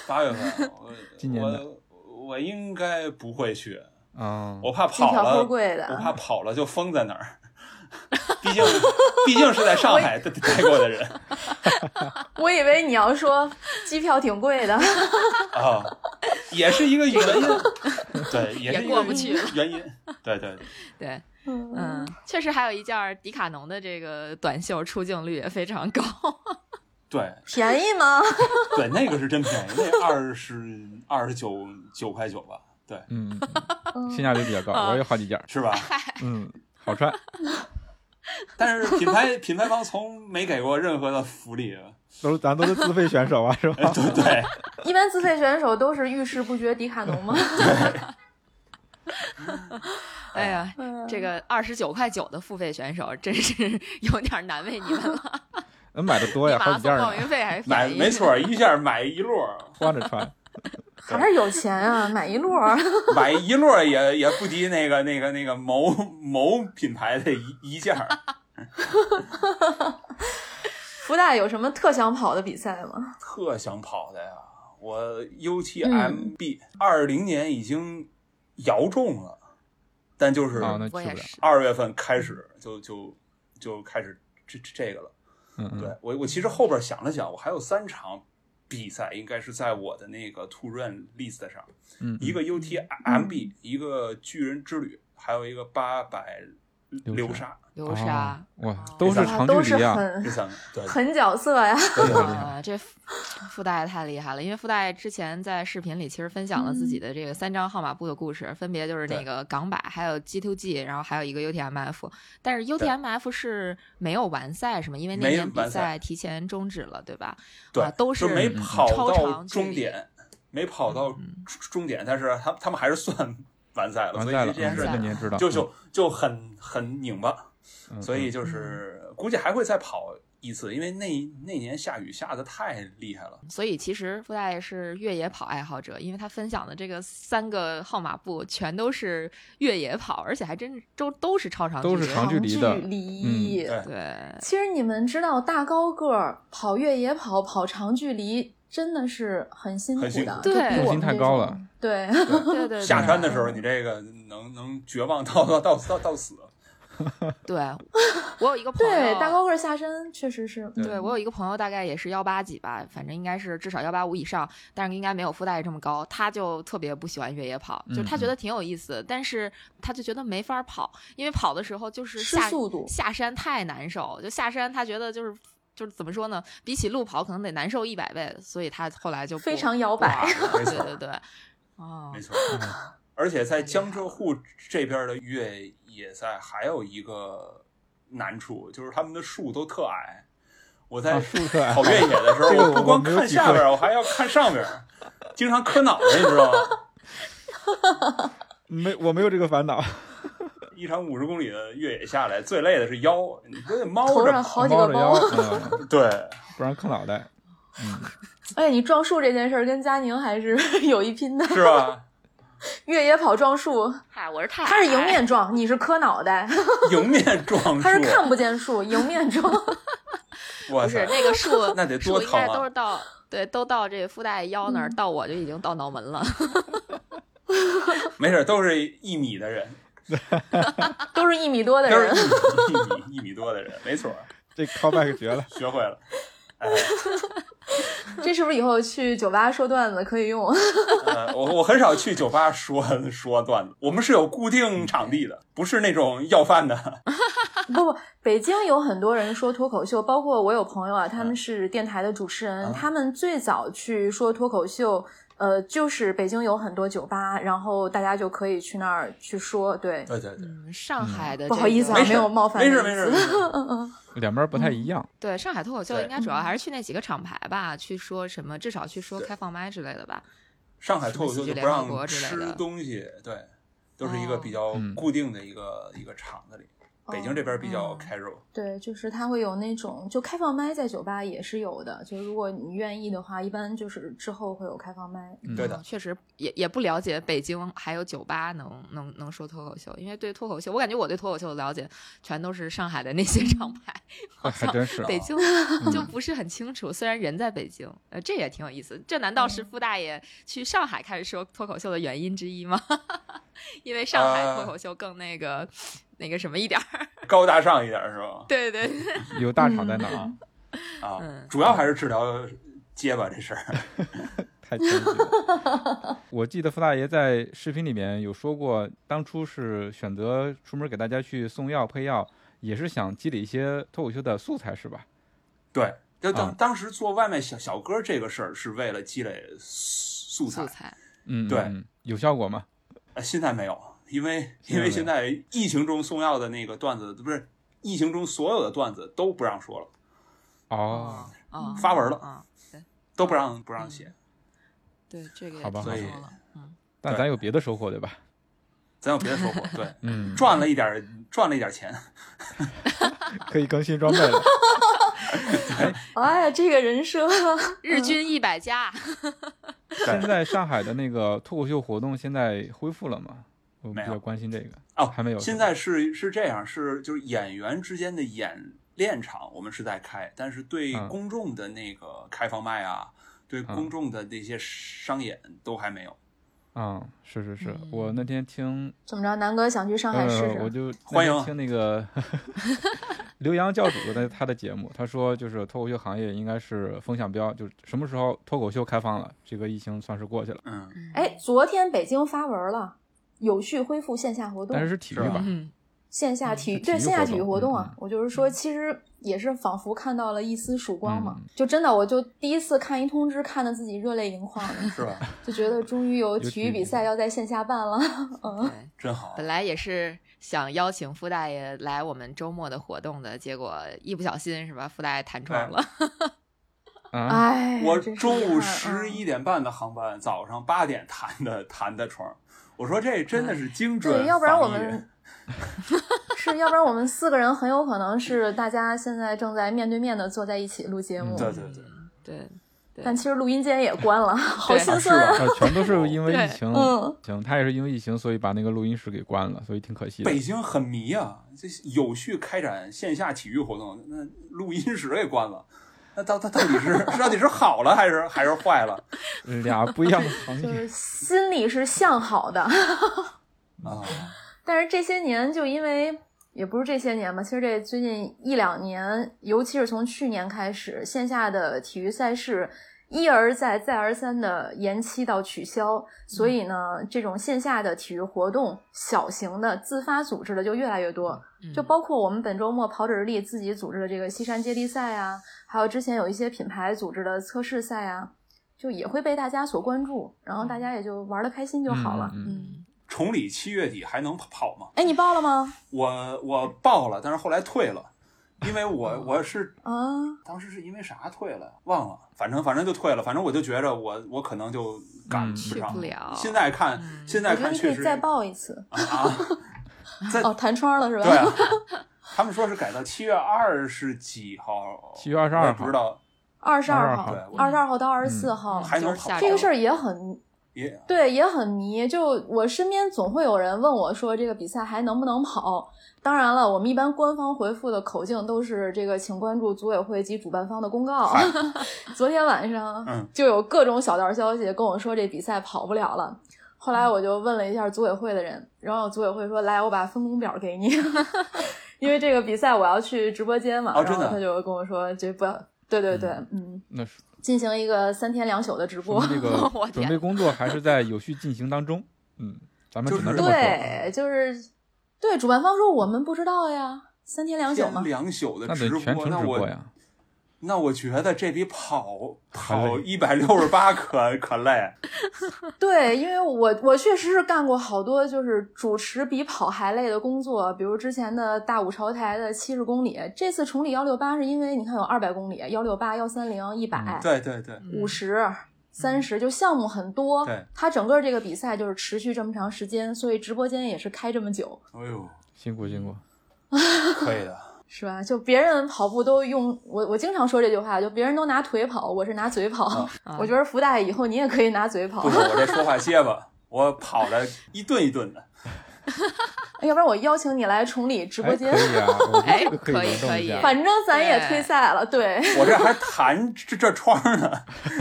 八月份，我今年的我我应该不会去，嗯，我怕机跑票了，齁贵的我怕跑了就疯在那儿。 <laughs> 毕竟，毕竟是在上海待待过的人我以为你要说机票挺贵的，啊，也是一个原 <laughs> 因，对，也是也一过个不去了原因，对对对，对，嗯嗯，，确实还有一件儿迪卡侬的这个短袖出镜率也非常高，对便宜吗？对，那个是真便宜，那二十二十九九块九吧，对，嗯，性价比比较高，啊我有好几件儿，是吧？嗯，好穿，但是品牌品牌方从没给过任何的福利， <laughs> 都咱都是自费选手啊，是吧？对对，一般自费选手都是遇事不决迪卡侬吗？哎呀，嗯这个二十九块九的付费选手真是有点难为你们了，能买的多 <laughs> 比呀，马好拉几松件儿报呢，名费还买便宜，没错，一下买一摞儿，光着 <laughs> 穿，还是有钱啊，买一摞儿。买一摞儿也也不敌那个那个那个某某品牌的一一件儿。福大有什么特想跑的比赛吗？特想跑的呀，我嗯 UTMB 二零年已经摇中了，但就是啊，那去我不也了，是，二月份开始就就就开始这这这个了。嗯嗯对我，我其实后边想了想，我还有三场比赛应该是在我的那个 To Run list 上，嗯，一个 UTMB，、一个巨人之旅，还有一个八百流流沙，流沙哦，哇哦，都是这长啊都距是离啊，这很三个对， <laughs> 很角色呀。对对对啊，这附附带太厉害了，因为附带之前在视频里其实分享了自己的这个三张号码布的故事，分别就是那嗯对个港百，还有 G2G，然后还有一个 UTMF。但是 UTMF 是没有完赛是吗？因为那没年比完赛赛提前终止了，对吧？对，啊都是就没嗯跑超到长距终离点，没跑到嗯终点，但是他他们还是算完赛了，完所以赛了，这嗯件事这完赛个了你也知道，就就就很很拧巴，嗯所以就是估计还会再跑依次，因为那那年下雨下的太厉害了。所以其实布袋是越野跑爱好者，因为他分享的这个三个号码布全都是越野跑，而且还真都都是超长距离，都是长距离的哎距离。嗯对 <laughs> 对，其实你们知道，大高个儿跑越野跑、跑长距离真的是很辛苦很辛的苦，就比对我嗯重们心太这高种了。对，对对对，下山的时候，你这个能能绝望到到到到到死。对我有一个朋友，对，大高个儿下山确实是。嗯对我有一个朋友，大概也是幺八几吧，反正应该是至少幺八五以上，但是应该没有附带这么高。他就特别不喜欢越野跑，就是他觉得挺有意思，但是他就觉得没法跑，因为跑的时候就是吃下速度下山太难受，就下山他觉得就是。就是怎么说呢？比起路跑可能得难受一百倍，所以他后来就不非常摇摆不玩了没错对对对，啊哦没，错。嗯而且在江浙沪这边的越野赛还有一个难处，就是他们的树都特矮。我在啊树特矮跑越野的时 <laughs> 候，这个我不光没有看体下会边儿，我还要看上边儿，经常磕脑袋，你知道吗？没，我没有这个烦恼。一场五十公里的越野下来，最累的是腰，你都得猫头着上跑。好几猫个着包腰，，嗯对，不然磕脑袋。嗯，而哎且你撞树这件事儿跟佳宁还是 <laughs> 有一拼的。是吧？越野跑撞树，嗨，我是太他是迎矮面撞，你是磕脑袋，迎面撞他是树，看不见树，迎面 <laughs> 撞。哇不是塞！，那个树那得树多应该疼啊都是到对，都到这腹带腰那儿，到我就已经到脑门了。没事，都是一米的人，都是一米多的都 <laughs> 是人，一米一米一米多的人，没错，这 callback 绝了。学会了。哎，这是不是以后去酒吧说段子可以用？呃，我我很少去酒吧说说段子，我们是有固定场地的，不是那种要饭的。不不，北京有很多人说脱口秀，包括我有朋友啊，嗯他们是电台的主持人，嗯他们最早去说脱口秀，呃，就是北京有很多酒吧，然后大家就可以去那儿去说。对，对对 <laughs> 对，嗯，上海的、这不好意思啊个没事没有冒犯没的事意没思事，没事两边不太一样。 <laughs> 对上海脱口秀对应该主嗯要还是去那几个厂牌吧，去说什么，至少去说对开放麦之类的吧。上海脱口秀就不什么喜剧联合国让之类的吃东西，对，都是一个哦比较嗯固定的一个一个场子里。北京这边比较嗯 casual，对，就是他会有那种就开放麦，在酒吧也是有的。就如果你愿意的话，一般就是之后会有开放麦。嗯对的嗯确实也也不了解北京还有酒吧能能能说脱口秀，因为对脱口秀，我感觉我对脱口秀的了解全都是上海的那嗯些厂牌，哎还真啊是。北京嗯就不是很清楚。虽然人在北京，呃，这也挺有意思。这难道嗯是傅大爷去上海开始说脱口秀的原因之一吗？ <laughs> 因为上海呃脱口秀更那个、那个什么一点儿。 <laughs> 高大上一点是吧？对对对，有大厂在哪儿？啊嗯，主要还是治疗结巴这事儿。太谦虚了。我记得傅大爷在视频里面有说过，当初是选择出门给大家去送药配药，也是想积累一些脱口秀的素材，是吧？对，就当、啊当时做外卖小小哥这个事儿，是为了积累素素材素，材。嗯，对嗯，有效果吗？呃，现在没有，因为现在因为没现在疫情中送药的那个段子，不是疫情中所有的段子都不让说了，哦，啊，发文了啊，对都不让不让嗯写，对，这个也好吧听所以说了嗯，但咱有别的收获，对吧？咱有别的收 <laughs> 获，对，嗯，赚了一点儿赚了一点儿钱，可以更新装备了。哎，这个人设， <laughs> 日均一百加，现在上海的那个脱口秀活动现在恢复了吗？我比没较有关心这个。哦，还没有现在是是这样，是就是演员之间的演练场，我们是在开，但是对嗯公众的那个开放麦啊，对公众的那些商演都还没有。啊、是是是，我那天听怎么着？南哥想去上海试啊呃、试？我就欢迎那天听那个 <laughs> 刘洋教主的他的节目，他说就是脱口秀行业应该是风向标，就是什么时候脱口秀开放了，这个疫情算是过去了，嗯，哎，昨天北京发文了，有序恢复线下活动但。是是体育是吧吧？嗯，线下体育是体育对线下活体育动活动啊嗯嗯，我就是说，其实也是仿佛看到了一丝曙光嘛嗯。就真的，我就第一次看一通知，看得自己热泪盈眶的，是吧？就觉得终于有体育比赛要在线下办了。嗯对，<laughs> 真好本。来也是想邀请傅大爷来我们周末的活动的，结果一不小心是吧，傅大爷弹哎窗了， <laughs> 啊，哎，我真是中遗午憾啊十一点半的航班，早上八点哎弹的弹的床。我说这真的是精准防疫，对，要不然我们是是要不然我们四个人很有可能是大家现在正在面对面的坐在一起录嗯节目，对对对， <laughs> 对，但其实录音间也关了， <laughs> 好对心是酸吧？啊。啊全都哦是因为对疫情，嗯行，他也是因为疫情，所以把那个录音室给关了，所以挺可惜的北。京很迷啊，这有序开展线下体育活动，那录音室也关了。那到到到底是到底是好了还是还是坏了俩不一样的行就业，是心里是向好的，啊？但是这些年就因为也不是这些年吧，其实这最近一两年，尤其是从去年开始，线下的体育赛事一而再、再而三的延期到取消，所以呢，这种线下的体育活动，小型的自发组织的就越来越多。嗯就包括我们本周末跑者日历自己组织的这个西山接力赛啊，还有之前有一些品牌组织的测试赛啊，就也会被大家所关注，然后大家也就玩的开心就好了。嗯嗯嗯嗯，崇礼七月底还能跑吗？哎、你报了吗？我我报了，但是后来退了，因为我我是啊，当时是因为啥退了，忘了，反正反正就退了，反正我就觉着我我可能就赶嗯不上去不了现在看嗯现我觉在得看你可确以实再报一次。啊， <laughs> 在哦，弹窗了是吧？对啊，他们说是改到七月二十 <laughs> 几号， 7月22号我也不知道 <laughs> 二十二号号对，我嗯二十二号到二十四号，还能哦就是下跑这个事儿也很也对，也很迷。就我身边总会有人问我说，这个比赛还能不能跑？当然了，我们一般官方回复的口径都是这个，请关注组委会及主办方的公告嗨。 <laughs> 昨天晚上嗯就有各种小道消息跟我说这比赛跑不了了。后来我就问了一下组委会的人，然后组委会说：“来，我把分工表给你， <laughs> 因为这个比赛我要去直播间嘛。哦然真的后他就跟我说：“这不要，对对对，嗯，那是进行一个三天两宿的直播说。明这我个天准备工作还是在有序进行当中。嗯，咱们只能这么说。啊对，就是对主办方说我们不知道呀，三天两宿嘛两。两宿的那直得全播，程那直播我呀，那我觉得这比跑跑累一百六十八可可累，对，因为我我确实是干过好多就是主持比跑还累的工作，比如之前的大五朝台的七十公里，这次崇礼幺六八是因为你看有二百公里、幺六八、幺三零、一嗯百、对对对，五十。三十就项目很多对，它整个这个比赛就是持续这么长时间，所以直播间也是开这么久。哎呦，辛苦辛苦。可以的，是吧？就别人跑步都用我，我经常说这句话，就别人都拿腿跑，我是拿嘴跑。啊我觉得福大爷以后你也可以拿嘴跑不，是我这说话结巴，我跑的一顿一顿的，要不然我邀请你来崇礼直播间，哎可以啊，我觉得哎这个可以可以可联动一以下。反正咱也退赛了，对， <laughs> 我这还弹这这窗呢，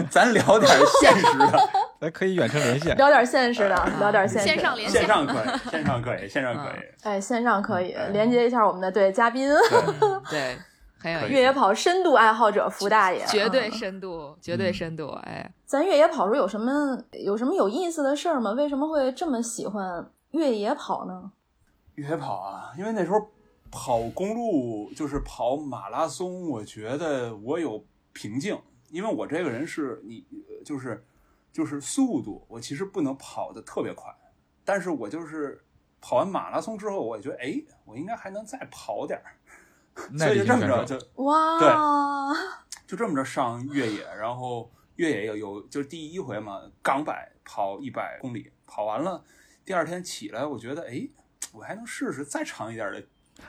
咱聊点现实的，咱可以远程 <laughs> 连线。聊点现实的，聊点现实的。嗯线上连线上可以，线上可以，线上可以，哎，线上可以连接一下我们的对嘉宾，嗯 <laughs> 对，很有可以 <laughs> 意越野跑深度爱好者福大爷，思，绝对嗯深度，绝对嗯深度，哎，咱越野跑时候有什么有什么有意思的事儿吗？为什么会这么喜欢越野跑呢？越野跑啊，因为那时候跑公路就是跑马拉松，我觉得我有瓶颈，因为我这个人是你呃就是就是速度，我其实不能跑得特别快，但是我就是跑完马拉松之后，我觉得哎，我应该还能再跑点儿，耐所以力就型这么选着手，就哇，就这么着上越野，然后越野有有就是第一回嘛，港百跑一百公里，跑完了第二天起来，我觉得哎，我还能试试再长一点的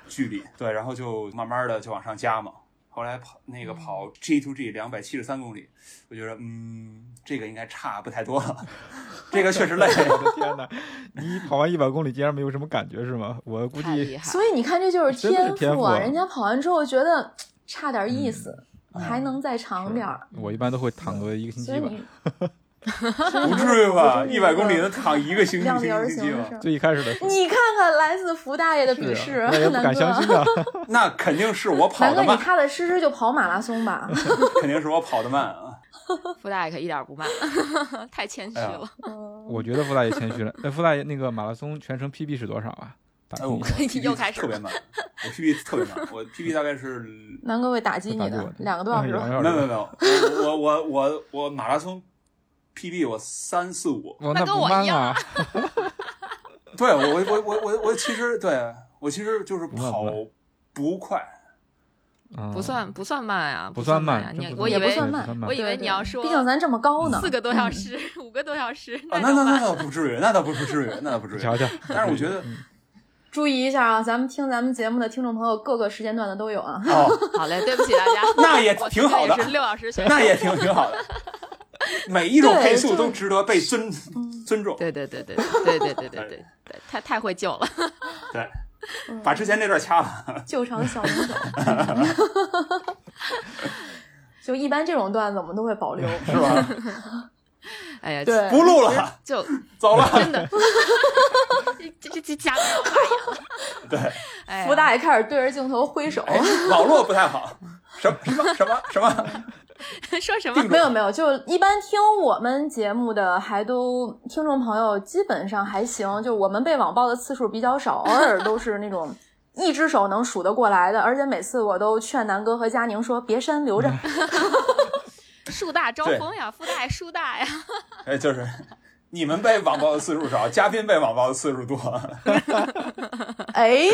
距离，对，然后就慢慢的就往上加嘛。后来跑那嗯个跑 G to G 两百七十三公里，我觉得嗯，这个应该差不太多了， <laughs> 这个确实累。我的天哪！你跑完一百公里竟然没有什么感觉是吗？我估太厉计害所以你看，这就是真的是天赋啊！啊人家跑完之后觉得嘖差点意思，嗯还能再长点儿。我一般都会躺个一个星所以期吧。你 <laughs> 不至 <laughs> 于吧？不至于一百公里能躺一个星期量力而星行期的吧事？儿。最一开始的时候，你看看来自福大爷的鄙是视，啊我也不南敢相信哥， <laughs> 啊。那肯定是我跑南哥，得你慢，踏踏实实就跑马拉松吧。肯定是我跑得慢啊。傅大爷可一点儿不 <laughs> 慢，太谦虚哎呀了，嗯我觉得傅大爷谦虚了。那傅大爷那个马拉松全程 PB 是多少啊？打哎，我听一下 PB 又开始特 <laughs> 别慢，我 PB 特别慢，我 PB 大概是南哥会打击你打击的我，嗯哎两个多小时两吧。个没多小有没有时。没有，我我我我我马拉松 PB 我三四五，我那跟不我一慢样啊！对我我我我我我其实对我其实就是慢跑不慢不快，嗯不算不算慢啊，不算算慢哎呀，真你不我以也不为算对不算嗯慢，慢我以为对对你要说毕竟咱这么高呢，四个多小时，五个多小时，啊，倒那那那慢倒不至于，那倒不是不至于，那倒不至你于。瞧瞧，但是我觉得注意一下啊，咱们听咱们节目的听众朋友，各个时间段的都有啊。哦，，<laughs> 好嘞，对不起大家那也我挺好的我是六小时学 <laughs> 习。那也挺挺好的。每一种对配速就都值得被尊嗯尊重。对对对对对对 <laughs> 对对对对对，太太会救了。对，嗯把之前那段掐了。救场小能手， <laughs> 就一般这种段子我们都会保 <laughs> 留，是吧？哎呀，对不录嗯其实了， <laughs> 就走了。真的，这这这家没有话呀。对，哎 <laughs> 呀，福大也开始对着镜头挥手。哎，网络不太好。什么什么什么什么？哎说什么？没有没有，就一般听我们节目的还都听众朋友基本上还行，就我们被网暴的次数比较少，偶尔都是那种一只手能数得过来的，而且每次我都劝南哥和佳宁说别删 <laughs> 留着，树大招风呀，福大也树 <laughs> 大呀。哎，就是你们被网暴的次数少，嘉宾被网暴的次数多。哎，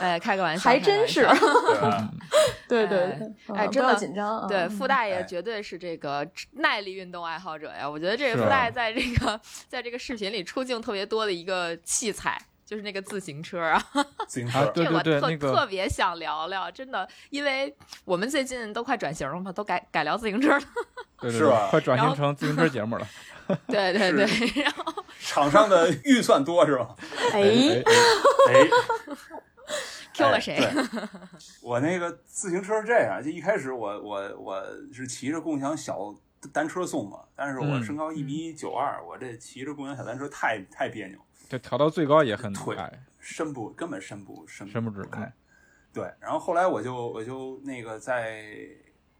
哎，开个玩笑，还真是 <laughs> 开个玩笑。对啊吧？对对哎对，哎嗯不真要的紧张啊，对，傅大哎爷绝对是这个耐力运动爱好者呀。我觉得这是个啊傅大爷在这个在这个视频里出镜特别多的一个器材。就是那个自行车啊，自行啊车对这我特、那个特别想聊聊，真的，因为我们最近都快转型了嘛，都改改聊自行车了。对对是对吧快转然型后成自行车节目了。 <laughs> 对对对， <laughs> 然后厂商的预算多是吧？ <laughs> 哎，哎 Q 了谁哎对我那个自行车是这样，就一开始我我我是骑着共享小单车送嘛，但是我嗯身高一米九二，我这骑着共享小单车太太别扭，这调到最高也很腿矮，伸不根本伸不伸伸不直。哎开。对，然后后来我就我就那个在，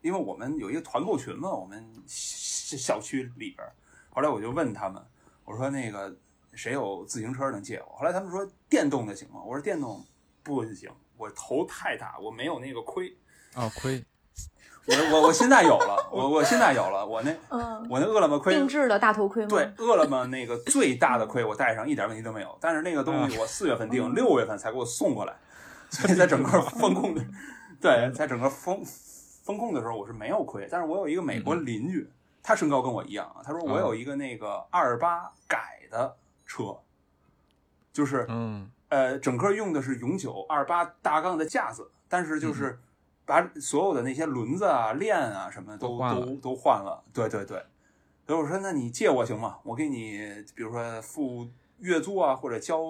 因为我们有一个团购群嘛，我们小小区里边儿，后来我就问他们，我说那个谁有自行车能借我？后来他们说电动的行吗？我说电动不行，我头太大，我没有那个盔。嗯啊，亏我我我现在有了，我我现在有了，我那嗯，我那饿了么盔定制的大头盔吗？对，，饿了么那个最大的亏我带上一点问题都没有，但是那个东西我四月份订，六月份才给我送过来，所以在整个风控的，对，在整个风风控的时候我是没有亏，但是我有一个美国邻居，他身高跟我一样啊，他说我有一个那个二八改的车，就是嗯，呃，整个用的是永久二八大杠的架子，但是嗯就是把所有的那些轮子啊、链啊什么的都都换了都都换了。对对对，所以我说，那你借我行吗？我给你，比如说付月租啊，或者交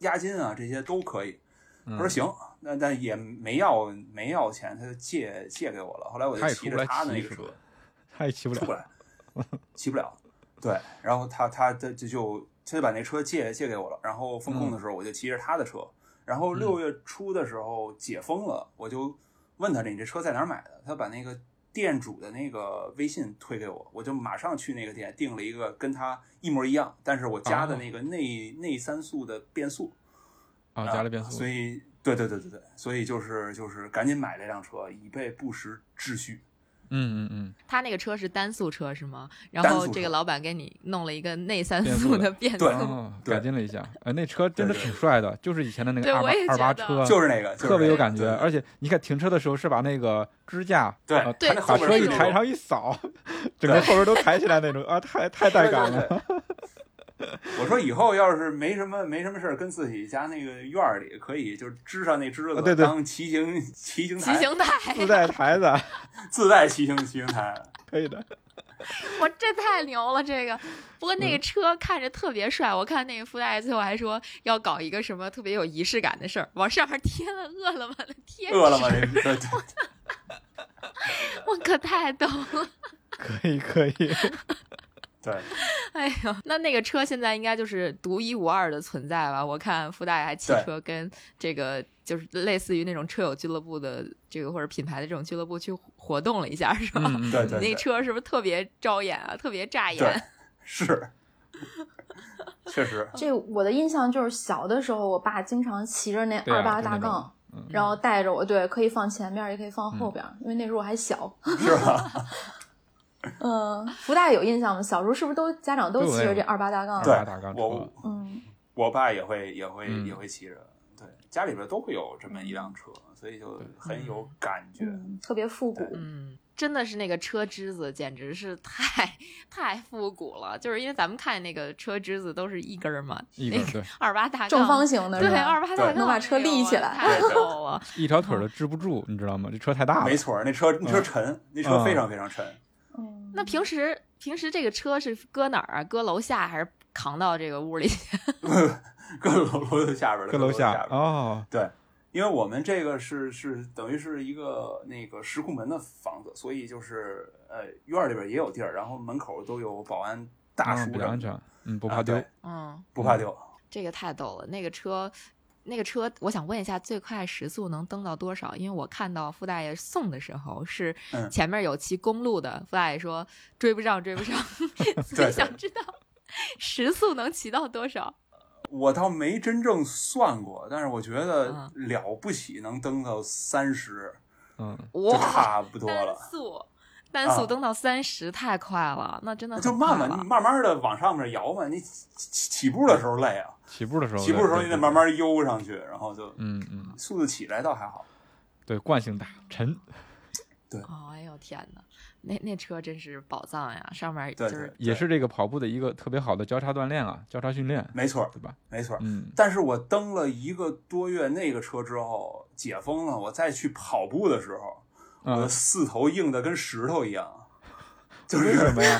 押金啊，这些都可以。嗯他说行，那那也没要没要钱，他就借借给我了。后来我就他也出骑不着来他的那骑个是车吧，？他也骑不出不了。 <laughs> 来，骑不了。对，然后他他他就就他就把那车借借给我了。然后封控的时候，我就骑着他的车。然后嗯六月初的时候解封了，我就问他你这车在哪儿买的？他把那个店主的那个微信推给我，我就马上去那个店订了一个跟他一模一样，但是我加哦的那个内、内三速的变速。啊，加了变速所，以对对对对对，所以就是就是赶紧买这辆车，以备不时之需。嗯嗯嗯， <laughs> 他那个车是单速车是吗？然单速后车这个老板给你弄了一个内三变速速的的变速对，哦，对改进了一下。哎，那车真的对对挺帅的，就是以前的那对个二我也八二八觉得车，就是那个，就是特别有那个感觉。对而且你看停车的时候是把那个支架，对呃对抬它把后车边一那抬，种然后一扫， <laughs> 整个后边都抬起来那种啊，太太带感了。 <laughs> 我说以后要是没什么没什么事儿，跟自己家那个院儿里可以就是支上那枝子，啊对对当骑行骑行骑台，行台自，带台子自带骑行骑行台。可以的， <laughs> 我这太牛了！这个，不过那嗯个车看着特别帅，我看那个福袋最后还说要搞一个什么特别有仪式感的事儿，往上面贴了饿了么的贴纸，饿了么这对对我可太逗了！可以可以。对，哎呦，那那个车现在应该就是独一无二的存在吧？我看福袋还骑对车跟这个就是类似于那种车友俱乐部的这个或者品牌的这种俱乐部去活动了一下，是吧？ <laughs> 嗯，对对你那车是不是特别招眼啊？特别扎对眼？是，确实嗯这我的印象就是小的时候，我爸经常骑着那对啊二八就大那种杠，嗯然后带着我，对，可以放前面，也可以放后边，因为那时候我还 <laughs> 小。是吧？嗯，福大有印象吗？小时候是不是都家长都对我骑着也这二八大杠？二对八大杠车我，嗯，我爸也会也会嗯也会骑着，对，家里边都会有这么一辆车，所以就很有感觉。嗯，特别复古。嗯，真的是那个车之子，简直是太太复古了。就是因为咱们看那个车之子都是一根儿嘛，一那根儿个对二八大杠正方形的是对，吧？二八大对杠能把车那个立起我来太对对逗了。一条腿儿都支不住，你知道吗？这车太大了。没错儿，那车嗯那车沉，那车非常非常沉。嗯那平时平时这个车是搁哪儿啊？搁楼下还是扛到这个屋里？ <laughs> 各楼楼的下边儿了，跟楼下下边儿。哦，对，因为我们这个是是等于是一个那个石库门的房子，所以就是呃院儿里边也有地儿，然后门口都有保安大嗯叔比较安全，嗯，不不怕丢。嗯，不怕丢。这个太逗了。那个车，那个车，我想问一下，最快时速能蹬到多少？因为我看到傅大爷送的时候是嗯前面有骑公路的，傅大爷说追不上，追不 <laughs> 上，所对以想知道 <laughs> 时速能骑到多少？我倒没真正算过，但是我觉得嗯了不起能蹬到三十嗯，<laughs> 就哇，差不多单了。速单速啊蹬到三十、太快了，那真的就很慢快慢了慢慢的往上面摇嘛，你起起起步的时候累啊，起步的时候，起步的时候对你得慢。慢悠上去，然后就对对嗯嗯，速度起来倒还好。对，惯性大，沉。哦，哎呦天哪，那那车真是宝藏呀！上面就对是对，也对是这个跑步的一个特别好的交叉锻炼啊，交叉训练，没错儿对吧？没错儿。嗯，但是我蹬了一个多月那个车之后解封了，我再去跑步的时候，我啊的，四头硬的跟石头一样，呃就为什 <laughs> 是么呀？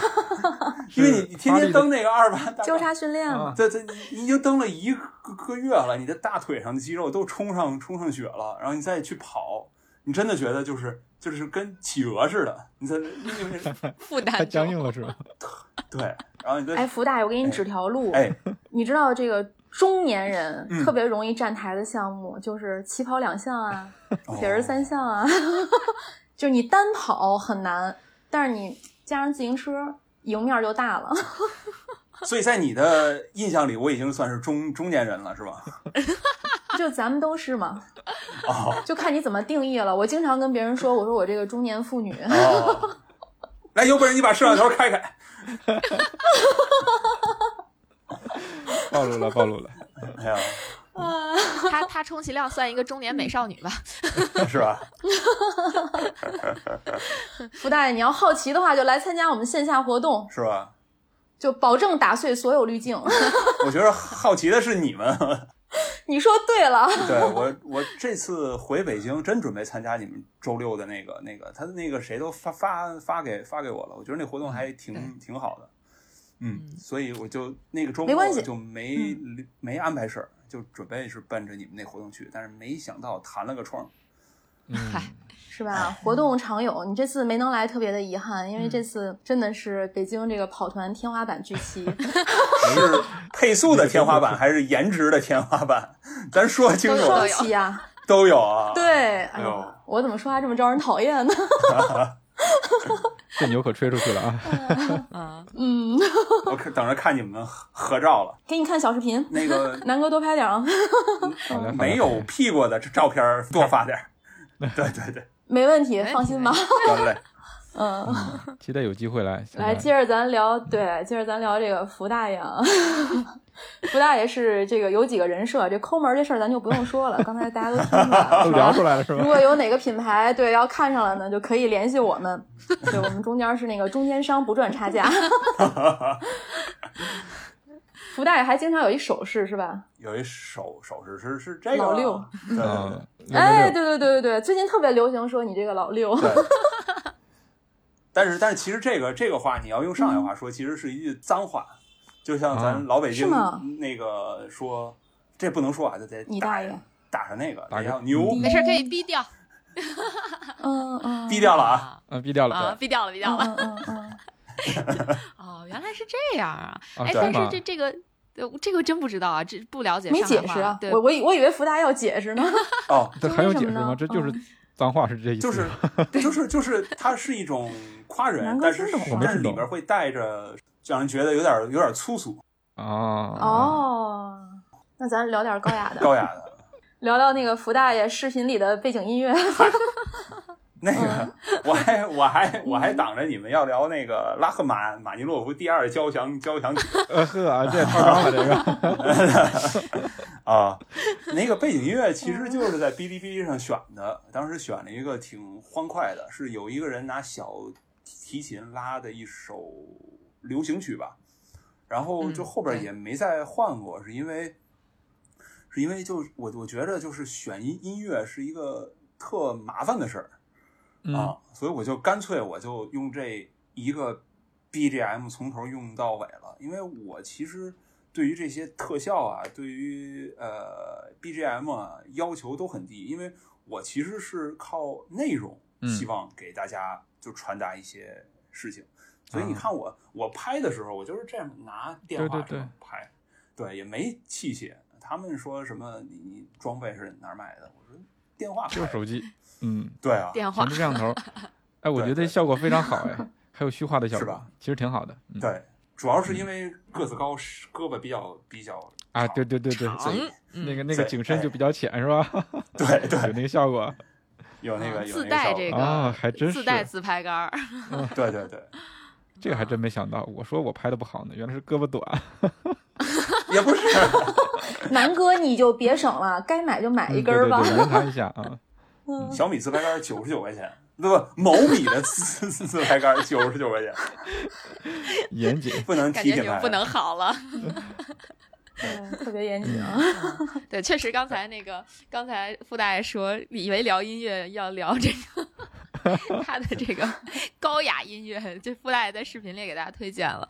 因为你你发天力的天蹬那个二八大交叉训练嘛啊，对对，你你已经蹬了一个个月了，你的大腿上的肌肉都冲上冲上血了，然后你再去跑，你真的觉得就是就是跟企鹅似的，你在就是 <laughs> 负太担僵重硬了是吧？对，然后你哎，再福大爷，我给你指条路。哎，你知道这个中年人嗯特别容易站台的项目，就是起跑两项啊，哦铁人三项啊， <laughs> 就是你单跑很难，但是你加上自行车，赢面就大了。 <laughs> 所以在你的印象里，我已经算是中中年人了，是吧？就咱们都是嘛，哦就看你怎么定义了。我经常跟别人说，我说我这个中年妇女， <laughs> 哦， <laughs> 来，有本事你把摄像头开开，暴露了，暴露了。哎呀，她她充其量算一个中年美少女吧。 <laughs> 是吧？福大爷，你要好奇的话，就来参加我们线下活动，是吧？就保证打碎所有滤镜。 <laughs> 我觉得好奇的是你们，你说对了，对我，我这次回北京真准备参加你们周六的那个那个，他的那个谁都发发发给发给我了，我觉得那活动还挺、嗯挺好的，嗯，嗯所以我就那个周没末关系我就没没安排事儿，就准备是奔着你们那活动去，但是没想到弹了个窗， <laughs> 嗯，嗨是吧？活动常有，你这次没能来，特别的遗憾，因为哎嗯这次真的是北京这个跑团天花板聚 <laughs> 齐。是配速的天花板还是颜值的天花板？咱说清楚都双有期呀，都有啊，对，哎哎呦呀，我怎么说话这么招人讨厌呢？ <laughs> 这牛可吹出去了啊！ <laughs> 嗯，嗯，我看等着看你们合合照了，给你看小视频，那个南哥多拍点啊，好嘞好嘞没有屁股的照片儿多 <laughs> 发点儿，对对对。 <laughs> 没问题，没问题放心吧。好嘞，嗯，嗯期待有机会来。来，接着咱聊，对，接着咱聊这个福大爷啊。 <laughs> 福大爷是这个有几个人设，这抠门儿这事儿咱就不用说了，刚才大家都听出来了， <laughs> 都是吧聊出来了是如 <laughs> 吧？果有哪个品牌对要看上了呢，就可以联系我们。对，我们中间是那个中间商不赚差价。福大爷还经常有一首饰是吧？有一首首饰是是这个啊老 <laughs> 六，对嗯，六哎，对六对对对对，最近特别流行说你这个老六。对 <laughs> 对。但是但是，其实这个这个话你要用上海话说，其实是一句脏话，就像啊咱老北是京嗯吗那个说，这不能说啊，就得你打大 <laughs> 爷，打上那个，打你要个牛嗯没事儿可以逼掉，嗯嗯，低调了啊，啊，毙掉了。啊，逼掉了，逼掉了。嗯嗯 <laughs> 嗯，哦，原来是这样啊！啊哎，对但是嘛这这个。呃这个真不知道啊，这不了解没上海解话释啊对，，我我以我以为福大爷要解释呢。哦，这这还有为什解么释呢嗯吗？这就是脏话是这意思，就是就是就是，它是一种夸人南，哥但是真懂啊我没但是听懂里边会带着让人觉得有点有点粗俗啊。哦，那咱聊点高雅的，高雅的聊聊那个福大爷视频里的背景音乐。 <laughs> <laughs> 那嗯个，我还我 <laughs> 还我还挡着你们要聊那个拉赫玛 <laughs> 马尼洛夫第二交响交响曲。 <laughs> 呃呵啊，这也太脏了，这个啊，那个背景音乐嗯其实就是在哔哩哔哩上选的，当时选了一个挺欢快的，是有一个人拿小提琴拉的一首流行曲吧，然后就嗯后边对也没再换过，是因为是因为就我我觉得就是选音音乐是一个特麻烦的事儿，嗯啊，所以我就干脆我就用这一个 BGM 从头用到尾了，因为我其实对于这些特效啊，对于呃 BGM 啊要求都很低，因为我其实是靠内容嗯希望给大家就传达一些事情，所以你啊看我我拍的时候，我就是这样拿电对话对这么对拍，对，也没器械。他们说什么你你装备是哪儿买的？我说电话就是拍的手机，嗯，对啊，电话前置摄像头，哎，我对觉得对效果非常好，哎，还有虚化的效是果吧，其实挺好的，嗯，对，主要是因为个子高，是胳膊比较比较啊，长对对对对，所以嗯那个那个对景深哎就比较浅是吧？ <laughs> 对有对，那个效果有那个嗯有自那带效这果个啊，还真是自带自拍杆儿，对对对，这个还真没想到，我说我拍的不好呢，原来是胳膊短，也不是，南哥你就别省了，该买就买一根儿吧。嗯对对对原弹一下啊，小米自拍杆九十九块钱，不不，某米的自自自拍杆九十九块钱，严谨，不能感提觉你品牌们，不能好 <laughs> 了。 <laughs> 对特别严谨啊。对，确实刚才那个，刚才傅大爷说，以为聊音乐要聊这个 <laughs> 他的这个高雅音乐，这傅大爷在视频里给大家推荐了，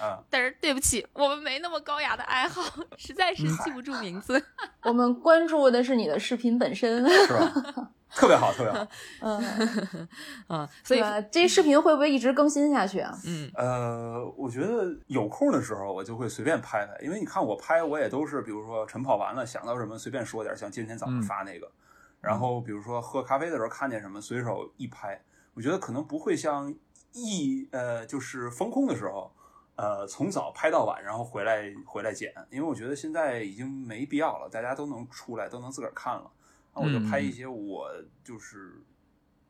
啊，但是对不起，我们没那么高雅的爱好，实在是记不住名 <laughs> 字。我们关注的是你的视频本身，是吧？特别好，特别好， <laughs> 嗯，嗯，所对以，吧？这视频会不会一直更新下去啊？嗯，呃，我觉得有空的时候我就会随便拍拍，因为你看我拍，我也都是比如说晨跑完了想到什么随便说点儿，像今天早上嗯发那个，然后比如说喝咖啡的时候看见什么随手一拍，我觉得可能不会像一呃就是风控的时候，呃从早拍到晚，然后回来回来剪，因为我觉得现在已经没必要了，大家都能出来，都能自个儿看了。那我就拍一嗯些我就是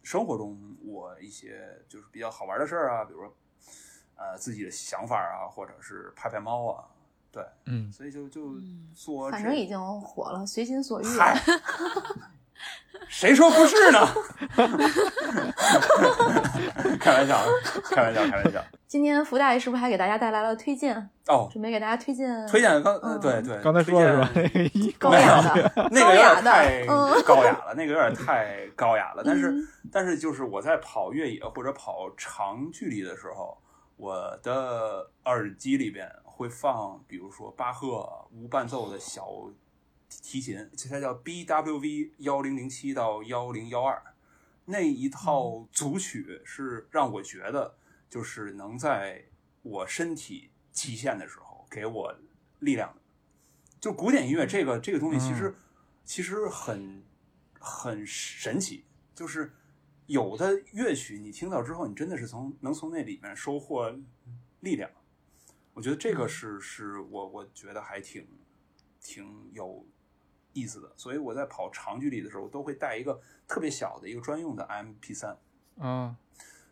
生活中我一些就是比较好玩的事儿啊，比如说呃自己的想法啊，或者是拍拍猫啊，对，嗯，所以就就嗯做这，反正已经火了，随心所欲。嗨，谁说不是呢？ <laughs> 开玩笑，啊开玩笑，开玩笑。今天福大爷是不是还给大家带来了推荐？哦，准备给大家推荐 <laughs> 推荐刚呃嗯对对，刚才说了是吧？推那荐个 <laughs> 一高没有雅的， <laughs> 嗯那个有高雅的点太高雅了，那个有点太高雅了。但是，嗯但是就是我在跑越野或者跑长距离的时候，我的耳机里边会放，比如说巴赫无伴奏的小提琴，这它叫 BWV 幺零零七到幺零幺二那一套组曲，是让我觉得就是能在我身体极限的时候给我力量的。就古典音乐这个这个东西，其实、其实很很神奇，就是有的乐曲你听到之后，你真的是从能从那里面收获力量。我觉得这个是是我我觉得还挺挺有意思的，所以我在跑长距离的时候，都会带一个特别小的一个专用的 MP 三。啊，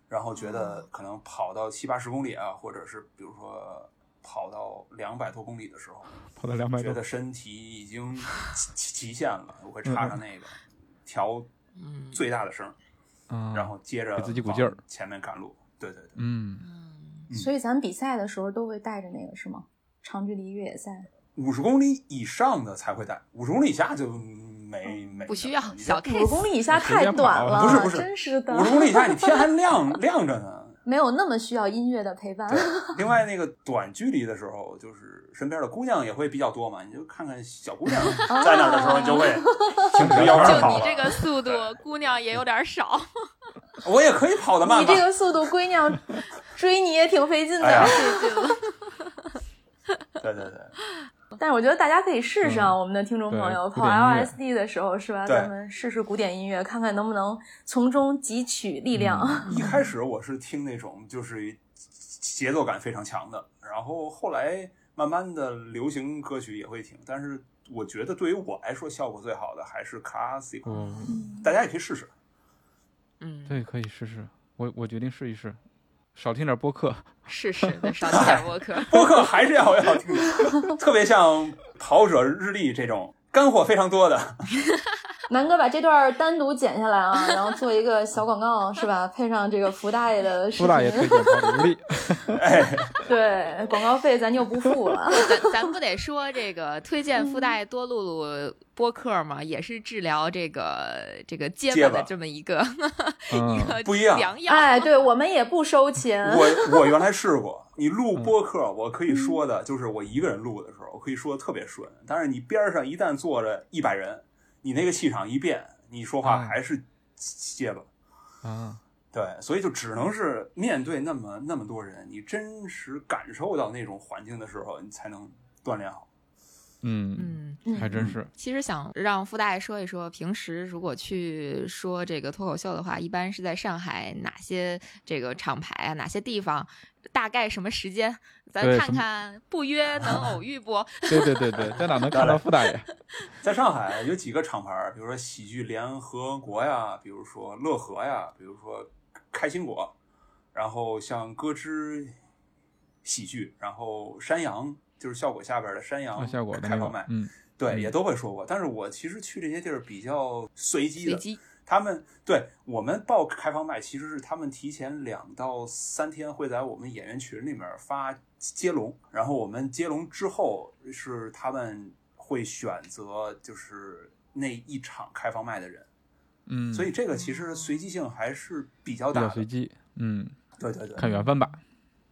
然后觉哦得可能跑到七八十公里啊，或者是比如说跑到两百多公里的时候，跑到两百觉多得，身体已经极极极限了，我会插嗯上那个调嗯最大的声，啊，然后接着给自己鼓劲儿，前面赶路。对对对，嗯，嗯嗯所以咱们比赛的时候都会带着那个是吗？长距离越野赛，五十公里以上的才会带，五十公里以下就没没嗯不需要你这小五十 case，公里以下太短了，不是不是真是的，五十公里以下你天还 <laughs> 亮亮着呢。没有那么需要音乐的陪伴。对，另外那个短距离的时候，就是身边的姑娘也会比较多嘛，你就看看小姑娘哦在那儿的时候，你 <laughs> 就会挺着腰就杆就跑你了。这个速 <laughs> 度，姑娘也有点少。我也可以跑得慢你吧这？个速 <laughs> 度，闺娘追你也挺费劲的。<laughs> 哎呀对对 <laughs> 了，对对对，但是我觉得大家可以试试啊，嗯我们的听众朋友对跑古典音乐 LSD 的时候是吧？对咱们试试古典音乐，看看能不能从中汲取力量。嗯一开始我是听那种就是节奏感非常强的，然后后来慢慢的流行歌曲也会听，但是我觉得对于我来说效果最好的还是 classic，、哦，大家也可以试试。嗯，对，可以试试，我我决定试一试，少听点播客。是是的， <laughs> 少听点播客。播客还是要要听的， <laughs> 特别像《跑者日历》这种干货非常多的。 <laughs> 南哥把这段单独剪下来啊， <laughs> 然后做一个小广告是吧？ <laughs> 配上这个福大爷的视苏大爷推频，荐跑独立，哎， <laughs> 对，广告费咱就不付了。咱咱不得说这个推荐附带多录录播客嘛，也是治疗这个这个结巴结巴的这么一个一 <laughs> 嗯，个不一样良药。哎，对我们也不收钱，我我原来试过，你录播客，我可以说的就是我一个人录的时候，我可以说的特别顺。但是你边上一旦坐着一百人，你那个气场一变，你说话嗯还是结巴。啊，对，所以就只能是面对那么那么多人，你真实感受到那种环境的时候，你才能锻炼好。嗯，嗯，还真是，其实想让傅大爷说一说，平时如果去说这个脱口秀的话，一般是在上海哪些这个厂牌啊，哪些地方，大概什么时间？咱对看什么看不约能偶遇不？ <laughs> 对对对对，在哪能看到傅大爷？在上海有几个厂牌儿，比如说喜剧联合国呀，比如说乐和呀，比如说开心果，然后像歌之喜剧，然后山羊就是效果下边的山羊啊，效果的开那放个麦，，嗯，对，嗯也都会说过。但是我其实去这些地儿比较随机随的，机他们对我们报开放麦，其实是他们提前两到三天会在我们演员群里面发接龙，然后我们接龙之后是他们会选择就是那一场开放麦的人，嗯，所以这个其实随机性还是比较比大较的。随机，嗯，对对对，看缘分吧。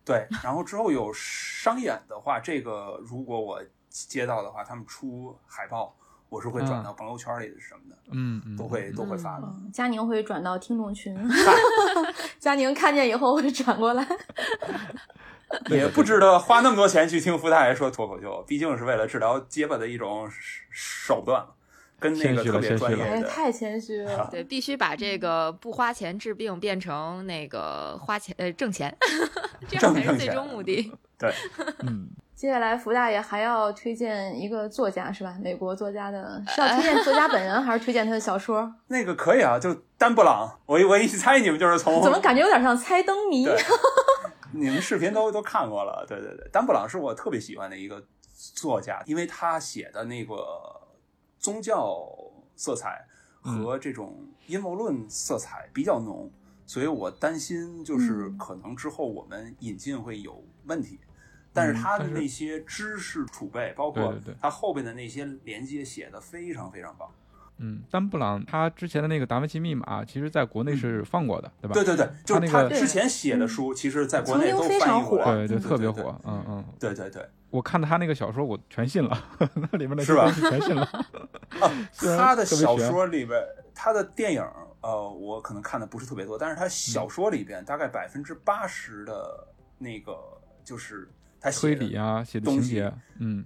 对，然后之后有商演的话，这个如果我接到的话，他们出海报，我是会嗯转到朋友圈里什么的，嗯，嗯都会嗯都会发的。嗯佳宁会转到听众 <laughs> 群， <laughs> 佳宁看见以后会转过来。也不值得花那么多钱去听福大爷说脱口秀，毕竟是为了治疗结巴的一种手段，跟那个特别专对业哎，的。太谦虚了。对，必须把这个不花钱治病变成那个花钱呃挣钱，这样挣才挣是最钱终目的。 <laughs> 嗯，接下来，福大爷还要推荐一个作家是吧？美国作家的，是要推荐作家本人，还是推荐他的小 <laughs> 说？那个可以啊，就丹布朗，我一我一猜你们就是从怎么感觉有点像猜灯谜？对， <laughs> 你们视频都都看过了，对对对，丹布朗是我特别喜欢的一个作家，因为他写的那个宗教色彩嗯和这种阴谋论色彩比较浓，所以我担心就是嗯可能之后我们引进会有问题。但是他嗯的但是那些知识储备，包括对对对他后边的那些连接，写的非常非常棒。嗯，丹布朗他之前的那个《达芬奇密码》，其实在国内是放过的，对吧？嗯对对对，就他是那他个嗯之前写的书，其实在国曾内经都非翻常译过火来，对对，特别火。嗯嗯，对对对。我看他那个小说，我全信了， <laughs> 那里面的是吧东西全信 <laughs> 了。虽然他的特别小悬说里边，他的电影，呃，我可能看的不是特别多，但是嗯他小说里边大概百分之八十的那个就是他推写的理啊，写的东情西节，嗯，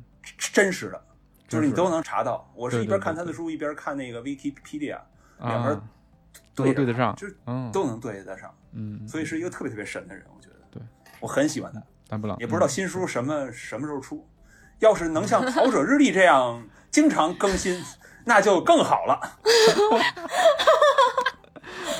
真实的，就是真实你的都能查到。我是一对边对看他对的书，一边看那个 Wikipedia，两边啊，都对能对得上就是嗯，都能对得上，嗯，所以是一个特别特别神的人，我觉得。对，嗯我很喜欢他，丹布朗也不知道新书什么什么时候出。要是能像《 <laughs> 跑者日历》这样经常更新，那就更好了。嗯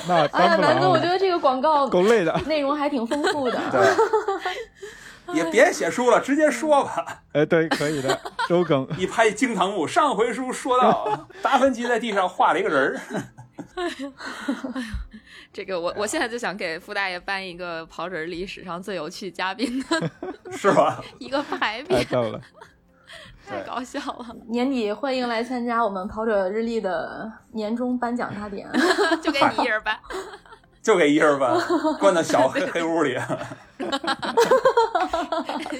那哎呀，丹布南哥，我觉朗得这个广告够累的。内容还挺丰富的。 <laughs> 对，也别写书了，直接说吧。哎，对，可以的， <laughs> 周更。一拍惊堂木。上回书说到，达芬奇在地上画了一个人儿，这个我我现在就想给傅大爷颁一个跑者历史上最有趣嘉宾的 <laughs> 是吧？一个牌太匾，逗哎了，太搞笑了， <laughs> 年底欢迎来参加我们跑者日历的年终颁奖大典。就给你一人颁。就给一人吧，关到小黑黑屋里，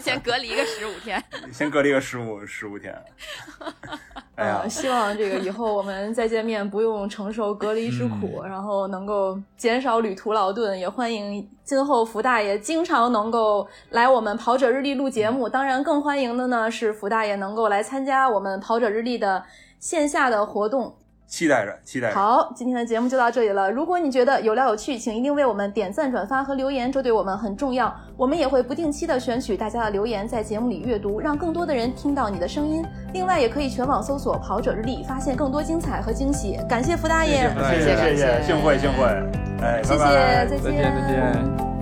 先隔离个十五天。先隔离个十五十五天。哎呀呃，，希望这个以后我们再见面不用承受隔离之苦，嗯然后能够减少旅途劳顿。也欢迎今后福大爷经常能够来我们跑者日历录节嗯目。当然，更欢迎的呢是福大爷能够来参加我们跑者日历的线下的活动。期待着，期待着。好，今天的节目就到这里了。如果你觉得有料有趣，请一定为我们点赞、转发和留言，这对我们很重要。我们也会不定期的选取大家的留言，在节目里阅读，让更多的人听到你的声音。另外，也可以全网搜索“跑者日历”，发现更多精彩和惊喜。感谢福大爷，谢福大爷谢谢谢谢谢谢，幸会幸会，哎，谢谢拜拜。再再见，再见。